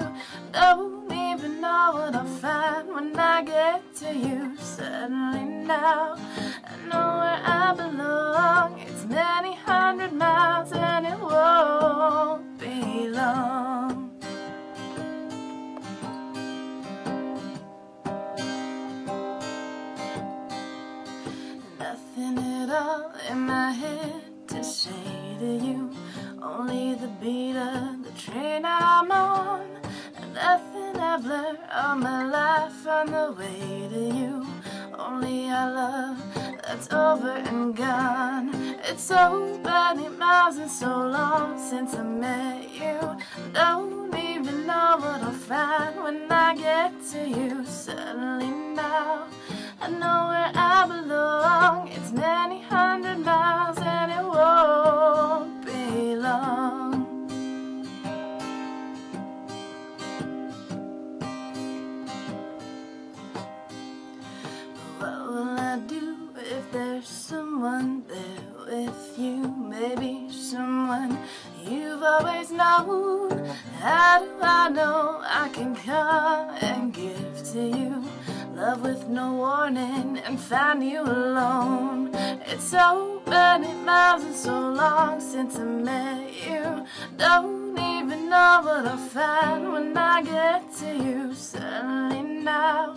Don't even know what I'll find when I get to you. Suddenly now, I know where I belong. It's many hundred miles and it won't be long. Nothing at all in my head to say to you. Only the beat of the train I'm on. And Nothing I've learned all my life on the way to you. Only our love that's over and gone. It's so many miles and so long since I met you. Don't even know what I'll find when I get to you. Suddenly now, I know where I belong. It's many hundred miles and it won't be long. What will I do if there's someone there with you? Maybe someone you've always known. How do I know I can come and give to you? Love with no warning and find you alone. It's so many miles and so long since I met you. Don't even know what I'll find when I get to you. Suddenly now,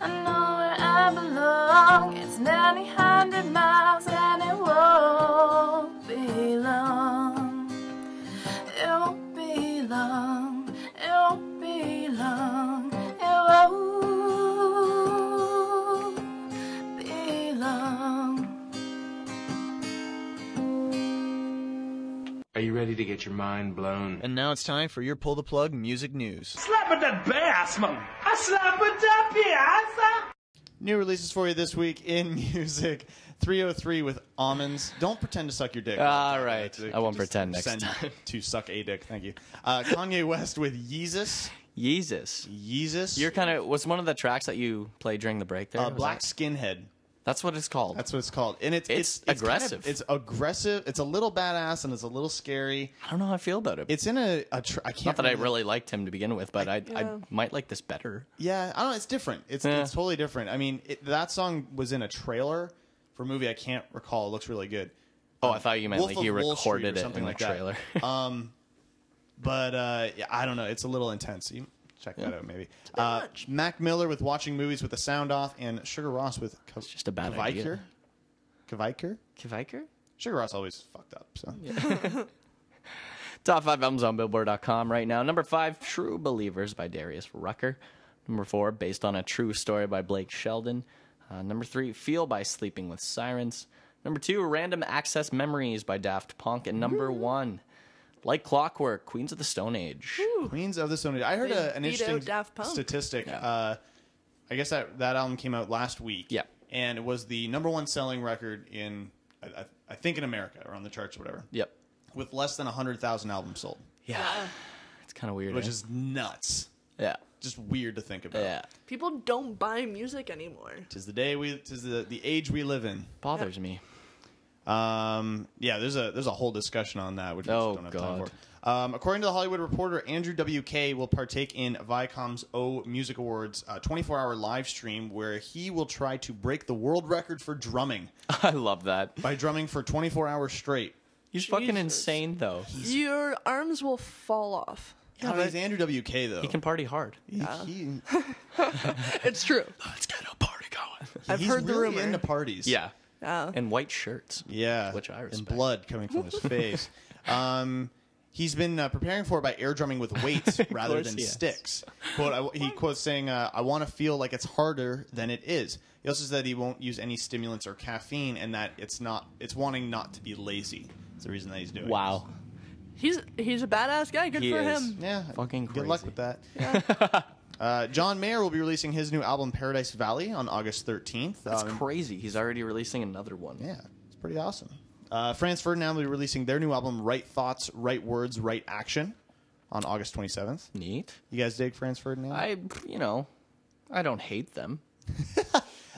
I know where I belong. It's many hundred miles and it won't be long. It won't be long. It won't be long. It won't be long. Are you ready to get your mind blown? And now it's time for your pull the plug music news. New releases for you this week in music 303 with almonds. Don't pretend to suck your dick. All right. It I won't just pretend next send time. To suck a dick. Thank you. Uh, Kanye West with Yeezus. Jesus. Yeezus. You're kind of was one of the tracks that you played during the break there. uh, was black that- skinhead. that's what it's called. That's what it's called, and it's It's it's, kind of- aggressive. it's aggressive. It's a little badass, and it's a little scary. I don't know how I feel about it. It's in a, a tr- I can't. not that I remember- really liked him to begin with, but I, Yeah. I might like this better. Yeah, I don't. know. It's different. It's Yeah. it's totally different. I mean, it, that song was in a trailer for a movie I can't recall. It looks really good. Um, Oh, I thought you meant Wolf like of you Wall Street or recorded it something in like the that. trailer. Um, but uh, yeah, I don't know. It's a little intense. You check that out maybe. Uh, much. Mac Miller with watching movies with the sound off, and Sugar Ross with Ka- just a bad Kvaikir. idea. Kvaikir? Kviker? Sugar Ross always fucked up. So Top five albums on Billboard.com right now. Number five, True Believers by Darius Rucker. Number four, Based on a True Story by Blake Sheldon. Uh, number three, Feel by Sleeping with Sirens. Number two, Random Access Memories by Daft Punk. And number one, Like Clockwork, Queens of the Stone Age. Queens of the Stone Age. I heard They a, an beat interesting out Daft Punk. statistic. Uh, I guess that that album came out last week. Yeah. and it was the number one selling record in I, I, I think in America or on the charts, or whatever. Yep. with less than hundred thousand albums sold, Yeah. It's kind of weird. which eh? is nuts. yeah. Just weird to think about. Yeah. People don't buy music anymore. Tis the day we, tis the the age we live in. Bothers me. Um, yeah, there's a there's a whole discussion on that, which we Oh, just don't have time God. for. Um, according to the Hollywood Reporter, Andrew WK will partake in Viacom's O Music Awards uh, 24-hour live stream, where he will try to break the world record for drumming I love that. by drumming for 24 hours straight. He's fucking insane though. Your arms will fall off. Yeah, but he's Andrew WK though. He can party hard. He- It's true. Let's get a party going. I've he's heard the really rumor. into parties. Yeah. Oh. And white shirts. Yeah, Which I And respect. blood coming from his face. Um, he's been uh, preparing for it by air drumming with weights rather course than he has. sticks. Quote, I, he quotes saying, uh, "I want to feel like it's harder than it is." He also said he won't use any stimulants or caffeine, and that it's not it's wanting not to be lazy. It's the reason that he's doing. Wow. He's he's a badass guy. Good He for is. him. this. Yeah, Fucking Good luck crazy. with that. uh, John Mayer will be releasing his new album Paradise Valley on August 13th. That's Um, crazy. He's already releasing another one. Yeah, it's pretty awesome. Uh, Franz Ferdinand will be releasing their new album, Right Thoughts, Right Words, Right Action, on August 27th. Neat. You guys dig Franz Ferdinand? I, you know, I don't hate them.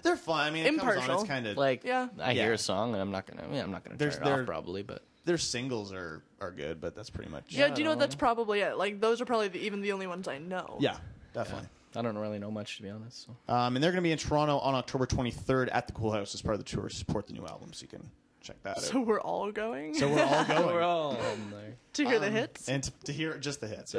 They're fun. I mean, it comes on, Impartial. it's kind of Like, Yeah. I hear Yeah. a song and I'm not gonna, I mean, I'm not gonna There's- turn it off there- probably, but their singles are are good, but that's pretty much. Yeah, do you know that's probably it? Like those are probably the, even the only ones I know. yeah, definitely. I don't really know much to be honest. So. Um, and they're going to be in Toronto on October 23rd at the Cool House as part of the tour to support the new album, so you can check that So out. we're all going So we're all going. all to um, hear the hits. Um, and to, to hear just the hits.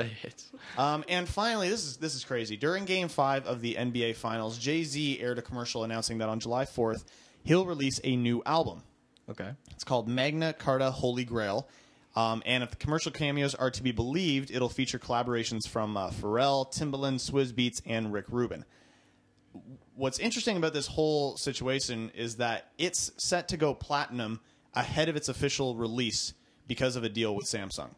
Um, and finally, this is this is crazy. During Game Five of the NBA Finals, Jay Z aired a commercial announcing that on July 4th he'll release a new album. Okay. It's called Magna Carta Holy Grail. Um, and if the commercial cameos are to be believed, it'll feature collaborations from uh, Pharrell, Timbaland, Swizz Beats, and Rick Rubin. What's interesting about this whole situation is that it's set to go platinum ahead of its official release because of a deal with Samsung.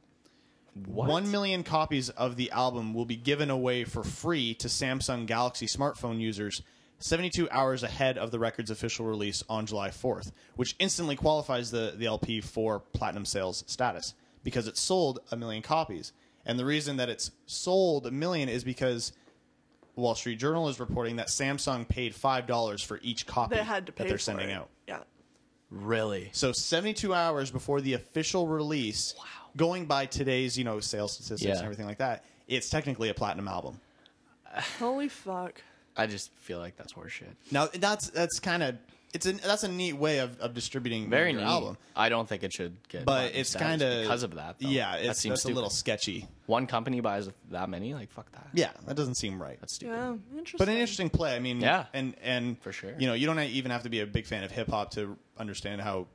What? One million copies of the album will be given away for free to Samsung Galaxy smartphone users 72 hours ahead of the record's official release on July 4th, which instantly qualifies the, the LP for platinum sales status because it sold a million copies. And the reason that it's sold a million is because the Wall Street Journal is reporting that Samsung paid $5 for each copy They had to pay that they're for sending it. out. Yeah. Really? So 72 hours before the official release, going by today's, you know, sales statistics Yeah. and everything like that, it's technically a platinum album. Holy fuck. I just feel like that's horseshit. Now that's that's kind of it's a that's a neat way of, of distributing Very your neat. album. I don't think it should get. But platinum it's status kind of because of that. Though. Yeah, That it's seems that's a stupid. little sketchy. One company buys that many. Like fuck that. Yeah, that doesn't seem right. That's stupid. Yeah. Interesting. But an interesting play. I mean, Yeah. and and For sure. You know, you don't even have to be a big fan of hip hop to understand how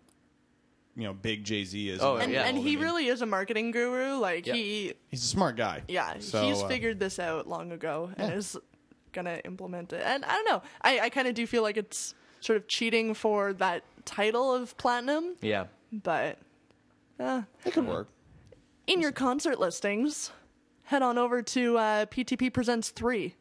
you know big Jay Z is. Oh, in and, the yeah. and world. he I mean, really is a marketing guru. Like Yeah. he, he's a smart guy. yeah, So, he's uh, figured this out long ago and Yeah. is gonna implement it. And I don't know. I, I kind of do feel like it's sort of cheating for that title of platinum, Yeah. but uh, it could work. in your concert listings, head on over to uh, PTP Presents 3.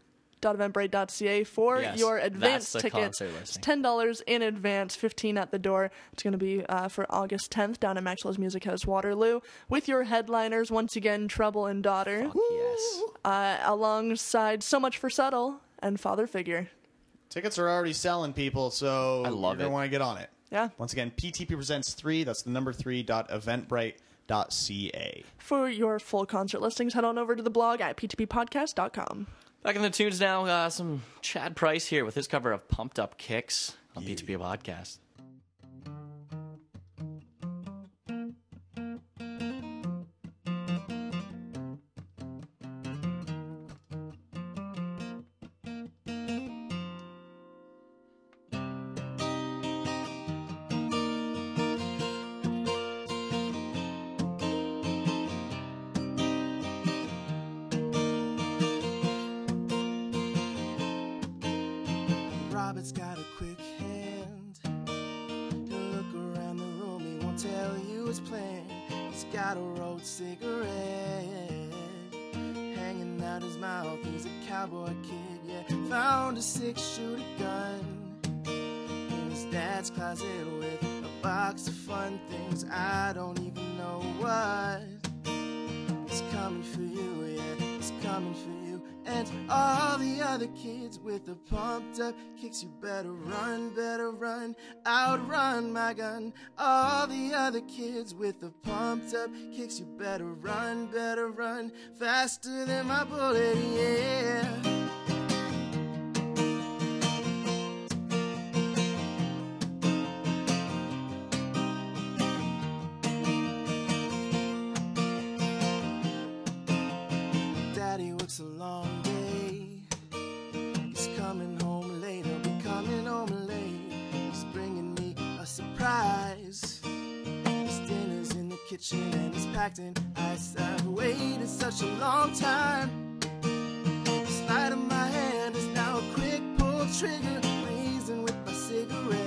.eventbrite.ca for Yes, your that's advance the tickets. concert It's listing. ten dollars in advance, fifteen at the door. It's going to be uh, for August tenth down at Maxwell's Music House Waterloo with your headliners once again, Trouble and Daughter, Fuck yes. uh, alongside So Much for Subtle and Father Figure. Tickets are already selling, people, so I love you're gonna it. want to get on it. Yeah. Once again, PTP presents three. That's the number three dot eventbrite dot ca. For your full concert listings, head on over to the blog at ptppodcast.com. Back in the tunes now. Uh, some Chad Price here with his cover of "Pumped Up Kicks" on B2B Podcast. Robert's got a quick hand. He'll look around the room, he won't tell you his plan. He's got a rolled cigarette hanging out his mouth. He's a cowboy kid, yeah. Found a six shooter gun in his dad's closet with a box of fun things. I don't even know what. It's coming for you, yeah, it's coming for you. And all the other kids with the pumped up kicks, you better run, better run, outrun my gun. All the other kids with the pumped up kicks, you better run, better run, faster than my bullet, yeah. Daddy works a long day. He's coming home late. I'll be coming home late. He's bringing me a surprise. His dinner's in the kitchen and it's packed in ice. I've waited such a long time. The slide of my hand is now a quick pull trigger. Raising with my cigarette.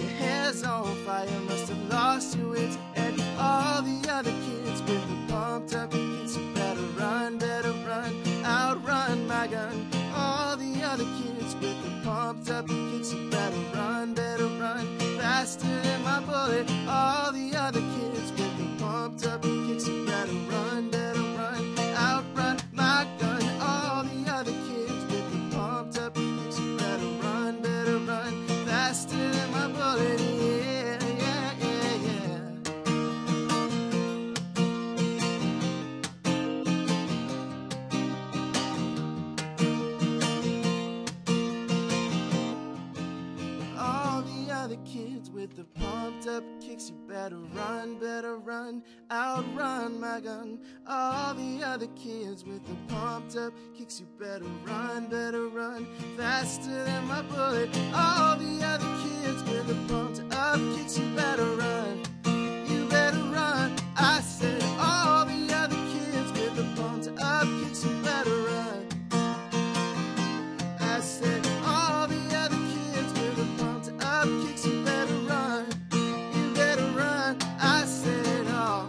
Your hair's on fire, must have lost your wits. And all the other kids with the pumped up kids, you better run, better run, outrun my gun. All the other kids with the pumped up kids, you better run, better run, faster than my bullet. All the other kids with the pumped up kids, you better run, better run, outrun my gun. All the other kids with the pumped up kids, you better run, better run, faster than my bullet. Yeah, yeah, yeah, yeah. All the other kids with the pumped up kicks, you better run, better run, outrun my gun. All the other kids with the pumped up kicks, you better run, better run, faster than my bullet. All the other kids with the pumped up kicks, you better run, you better run. I said, all the other kids with the pumped up kicks, you better run. I said, all the other kids with the pumped up kicks, you better run. You better run. I said, "Oh, all.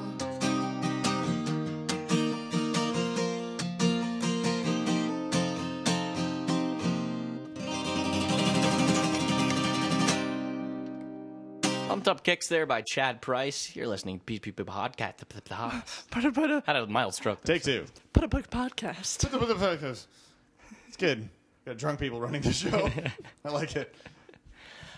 Pumped Up Kicks there by Chad Price. You're listening to Beep Beep Beep Podcast. uh, Had a mild stroke. There. Take two. Put a book podcast. It's good. Got drunk people running the show. I like it.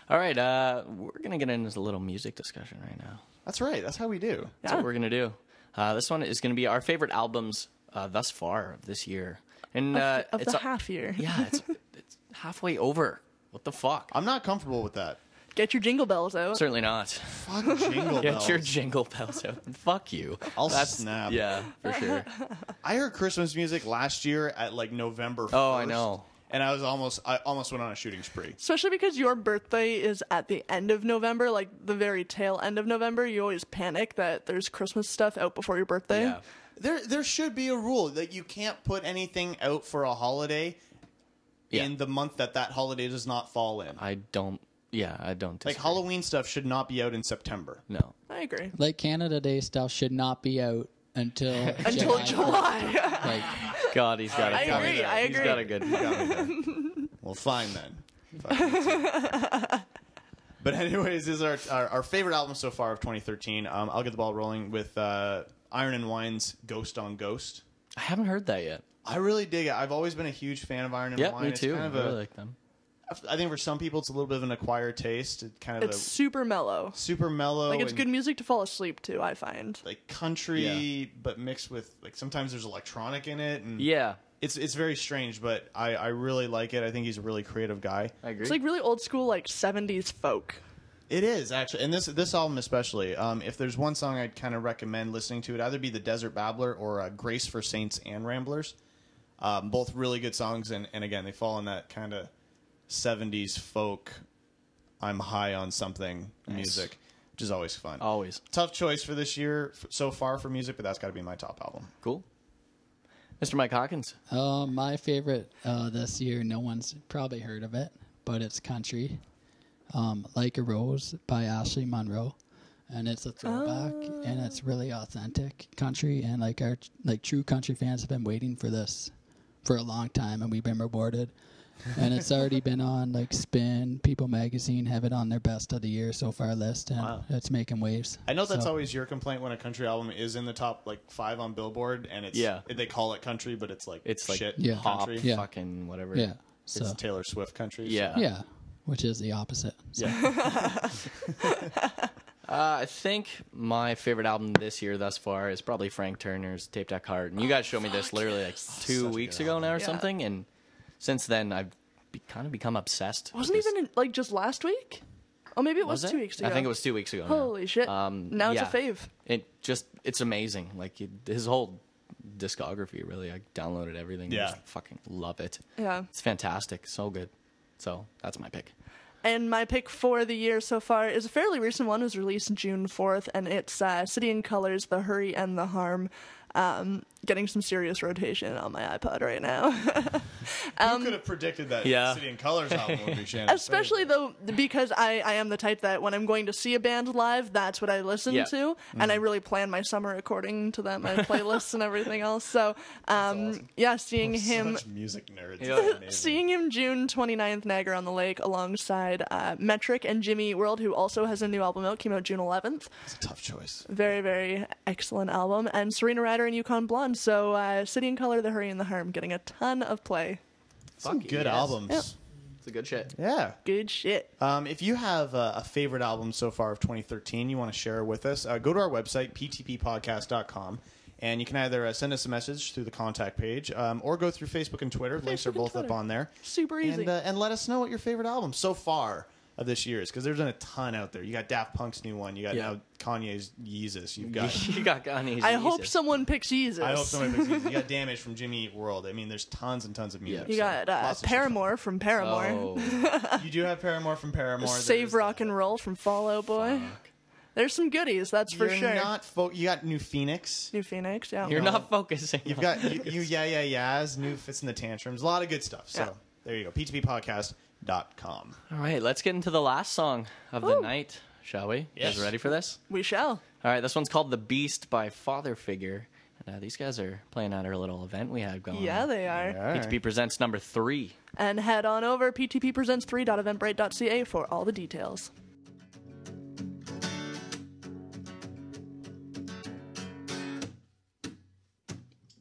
All right, uh, we're gonna get into a little music discussion right now. That's right. That's how we do. That's what we're gonna do. Uh, this one is gonna be our favorite albums uh, thus far of this year, and uh, of it's the a- half year. Yeah, it's, it's halfway over. What the fuck? I'm not comfortable with that. Get your jingle bells out. Certainly not. Fuck jingle Get bells. your jingle bells out. Fuck you. I'll snap. Yeah, for sure. I heard Christmas music last year at like November. 1st, Oh, I know. And I was almost, I almost went on a shooting spree. Especially because your birthday is at the end of November, like the very tail end of November. You always panic that there's Christmas stuff out before your birthday. Yeah. There, there should be a rule that you can't put anything out for a holiday Yeah. in the month that that holiday does not fall in. I don't. Yeah, I don't. like disagree. Halloween stuff should not be out in September. No. I agree. Like Canada Day stuff should not be out until Until July. July. Like, God, he's got. a I good- agree, I He's agree. got a good. Well, fine then. Fuck. but anyways, this is our, our our favorite album so far of 2013. Um, I'll get the ball rolling with uh, Iron and Wine's "Ghost on Ghost." I haven't heard that yet. I really dig it. I've always been a huge fan of Iron and Yeah, Wine. me It's too. kind of I a- really like them. I think for some people, it's a little bit of an acquired taste. It's kind of It's super mellow. a super mellow, Like, it's and, good music to fall asleep to, I find. like country, Yeah. but mixed with like sometimes there's electronic in it, and Yeah, it's it's very strange. But I I really like it. I think he's a really creative guy. I agree. It's like really old school, like 70s folk. It is actually, and this this album especially. Um, if there's one song I'd kind of recommend listening to, it either be "The Desert Babbler" or uh, "Grace for Saints and Ramblers." Um, both really good songs, and, and again, they fall in that kind of '70s folk. I'm high on something music, which is always fun. Always Tough choice for this year f- so far for music, but that's got to be my top album. cool. Mr. Mike Hawkins. Uh, my favorite uh, this year, no one's probably heard of it, but it's country. Um, like a Rose by Ashley Monroe, and it's a throwback, and it's really authentic country, and like our like true country fans have been waiting for this for a long time, and we've been rewarded. And it's already been on like Spin, People Magazine have it on their best of the year so far list, and Wow. it's making waves. I know that's So- always your complaint when a country album is in the top like five on Billboard, and it's Yeah. they call it country, but it's like It's like shit Yeah. pop, country, Yeah. fucking whatever. Yeah. it's So Taylor Swift country. so- Yeah. yeah, which is the opposite. yeah. Uh, I think my favorite album this year thus far is probably Frank Turner's Taped at Heart. And you guys showed me this literally like two weeks ago now or Yeah. something. And since then, I've be- kind of become obsessed. with Wasn't this. even in, like just last week? Oh, maybe it was, Was it? two weeks ago. I think it was two weeks ago. now. Holy shit! yeah. now it's a fave. It just, it's amazing. Like it, his whole discography, really. I downloaded everything. and Yeah. Just fucking love it. Yeah. It's fantastic. So good. So that's my pick. And my pick for the year so far is a fairly recent one. It was released June 4th, and it's uh, City in Colors, The Hurry and the Harm. Um, getting some serious rotation on my iPod right now. Um, Who could have predicted that Yeah. City and Colors album would be Shannon's Especially though, because I, I am the type that when I'm going to see a band live, that's what I listen Yeah. to, and I really plan my summer according to that, my playlists and everything else. So, um, yeah, seeing favorite. him Such music nerds. Yeah. It's amazing. Seeing him June 29th, Niagara on the Lake, alongside uh, Metric and Jimmy Eat World, who also has a new album out, came out June 11th. It's a tough choice. Very, very excellent album. And Serena Ryder and Yukon Blonde. So uh, City in Color, The Hurry and the Harm, getting a ton of play. Some Fuck good yes. albums. It's a good shit. Yeah. Good shit. Um, if you have a, a favorite album so far of 2013 you want to share with us, uh, go to our website, ptppodcast.com, and you can either uh, send us a message through the contact page um, or go through Facebook and Twitter. Links Facebook are and both up Twitter. on there. Super easy. And, uh, and let us know what your favorite album so far of this year is because there's been a ton out there. You got Daft Punk's new one, you got Yeah. now Kanye's Yeezus, you've got. you got Ghanai's I Yeezus. hope someone picks Jesus. I hope somebody picks Yeezus. You got Damage from Jimmy Eat World. I mean, there's tons and tons of music. You so got uh, lots of shit. Paramore from Paramore. Oh, You do have Paramore from Paramore. Save There's- Rock and Roll from Fall Out Boy. There's some goodies, that's for You're sure. not. Fo- you got New Phoenix. New Phoenix, yeah. you're not focusing. You've on got you, you yeah yeah yeahs, new fits in the tantrums, a lot of good stuff. So Yeah. there you go, ptppodcast.com. All right, let's get into the last song of the Woo. night, shall we? Yes. You guys ready for this? We shall. All right, this one's called The Beast by Father Figure. And, uh, these guys are playing at our little event we had going Yeah, on. they are. PTP Presents number three. and head on over ptppresents3.eventbrite.ca for all the details.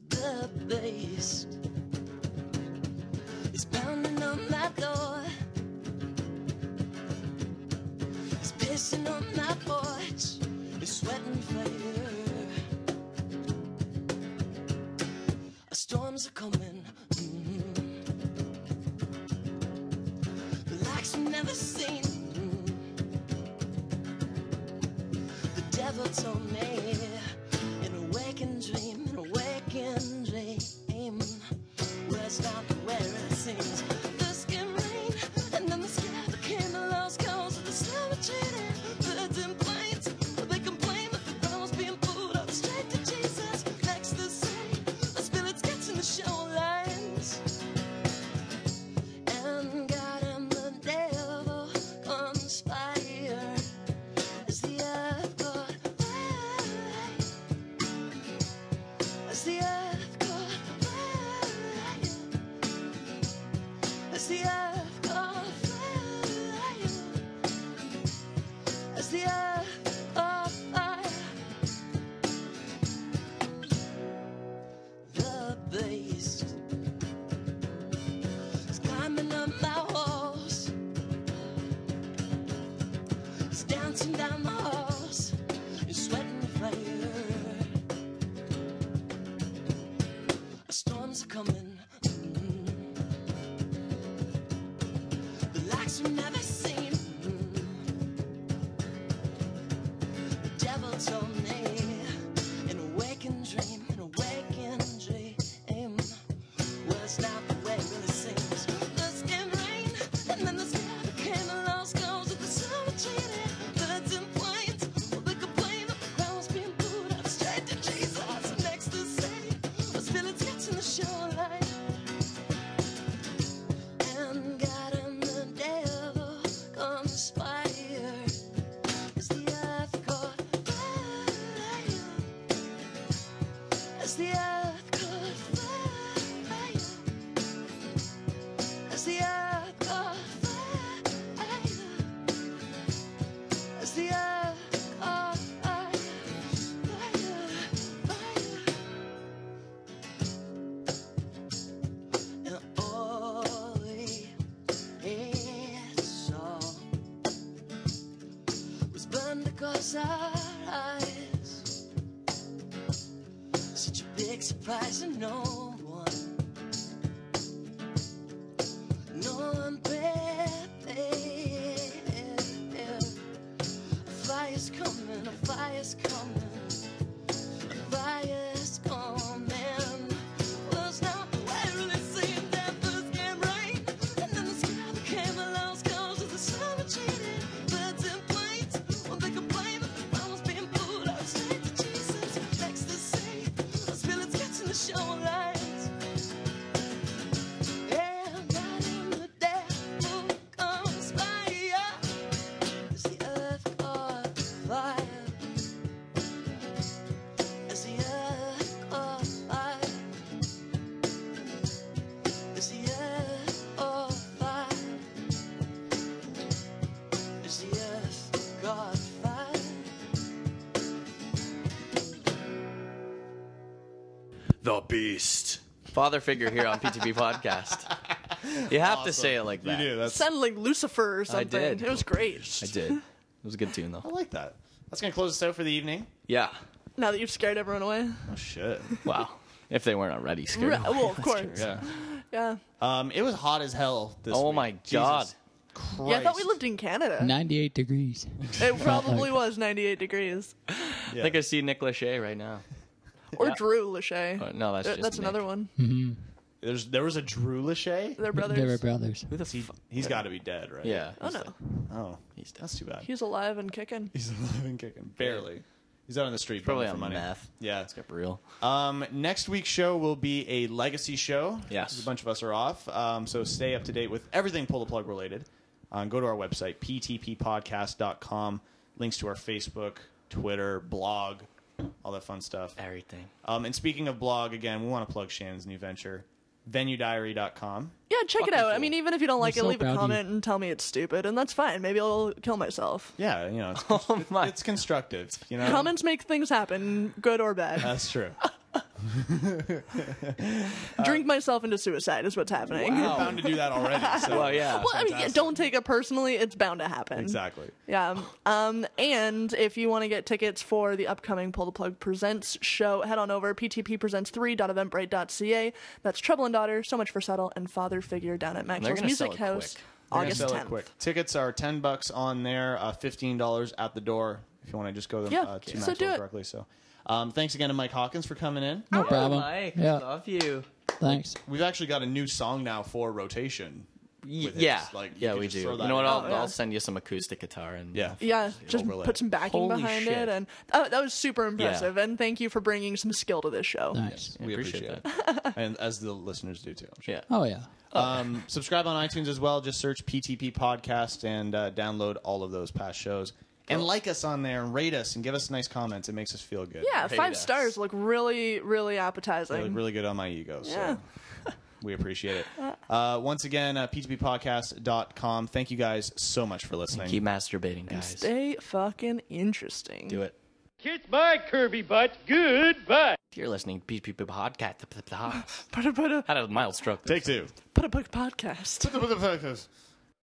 The beast is pounding on my door. It's pissing on my porch. It's sweating fire. Storms are coming. Mm-hmm. mhm. Like you've never seen. mhm. The devil told me in a waking dream, in a waking dream. Where's not where it seems. The skin rain, and then the sky became the lost cause of the cemetery. Birds and planes, they complain that the ground's being pulled up straight to Jesus. Next to say, the spirit's catching the shorelines. And God and the devil conspire as the earth got wide. As the earth caught fire. As the earth caught fire. As the earth caught fire. The beast is climbing up my walls. It's dancing down my halls. It's sweating the fire. Storms are coming. Mm. The likes we've never seen. Mm. The devil told me in a waking dream, in a waking dream. Was not the way it really seems. The skin rain, and then the sky became a lost cause of the solitude. Birds and flies. across our eyes. Such a big surprise to no one. No one prepared. A fire's coming, a fire's coming. A fire's coming. Was not where it seemed that first came rain. And then the sky became a lost cause of the sun that cheated. Birds and planes, one they complain. I was being pulled out straight to Jesus. Next to say, the spirit's catching the shorelines. And out in the devil comes fire. Is the earth caught fire? Is the earth caught fire? Is the earth on fire? Is the earth caught fire? The Beast. Father figure here on PTP Podcast. You have to say it like that. sounded like Lucifer or something. did. It was great. I did. It was a good tune, though. I like that. That's gonna close us out for the evening. Yeah. Now that you've scared everyone away. Oh shit. Wow. If they weren't already scared. Right, away, well, of that's course. true. Yeah. Yeah. Um, it was hot as hell. This Oh week. my Jesus God. Christ. Yeah, I thought we lived in Canada. 98 degrees. It probably was 98 degrees. I think I see Nick Lachey right now. Or Drew Lachey. Oh, no, that's Uh, just That's Nick. another one. Mm-hmm. There's there was a Drew Lachey. They were They're brothers. brothers. Who the fuck? He's got to be dead, right? Yeah. Oh, he's no. dead. Oh, He's dead. that's too bad. He's alive and kicking. He's alive and kicking, barely. He's out on the street, Probably probably for on money. meth. Yeah. It's got real. Um, next week's show will be a legacy show. Yes. because A bunch of us are off. Um, so stay up to date with everything Pull the Plug related. Um, go to our website, ptppodcast.com. Links to our Facebook, Twitter, blog, all that fun stuff. Everything. Um, and speaking of blog, again, we want to plug Shannon's new venture, venuediary.com. Yeah, check it Fucking out. I cool. mean, even if you don't like so it, leave proud a of you. comment and tell me it's stupid, and that's fine. Maybe I'll kill myself. Yeah, you know, it's, Oh my. it's constructive. You know, Comments make things happen, good or bad. That's true. Uh, Drink myself into suicide is what's happening. You're bound to do that already. So. Well, yeah. Well, I mean, yeah, don't take it personally. It's bound to happen. Exactly. Yeah. Um, and if you want to get tickets for the upcoming Pull the Plug Presents show, head on over ptppresents3.eventbrite.ca. That's Trouble and Daughter, So Much for Subtle, and Father Figure down at they're Maxwell's gonna sell Music it quick. House, They're gonna August sell it 10th. quick. Tickets are ten bucks on there, uh, fifteen dollars at the door. If you want to just go to Yeah, uh, to so do Maxwell it. directly. So, um, thanks again to Mike Hawkins for coming in. No problem. Mike, yeah, love you. thanks. We've actually got a new song now for rotation. With yeah. his, like, you yeah, could we just do. throw You that know what? in. I'll, Oh, yeah. I'll send you some acoustic guitar and Yeah. Yeah, just overlay it. put some backing Holy behind shit. it, and oh, that was super impressive. And thank you for bringing some skill to this show. Nice. We appreciate that. and as the listeners do too. I'm sure. Yeah. Oh, yeah. Um, subscribe on iTunes as well. Just search PTP Podcast and uh, download all of those past shows. And like us on there and rate us and give us nice comments. It makes us feel good. Yeah, Rate five us. stars look really, really appetizing. really, really good on my ego. Yeah. So we appreciate it. Uh, once again, uh, p2ppodcast.com. Thank you guys so much for listening. Keep masturbating, guys. Stay fucking interesting. Do it. Kiss my curvy butt. Goodbye. If you're listening to PTP Podcast, Put a put a had a mild stroke. Take two. put a book podcast. Put the podcast.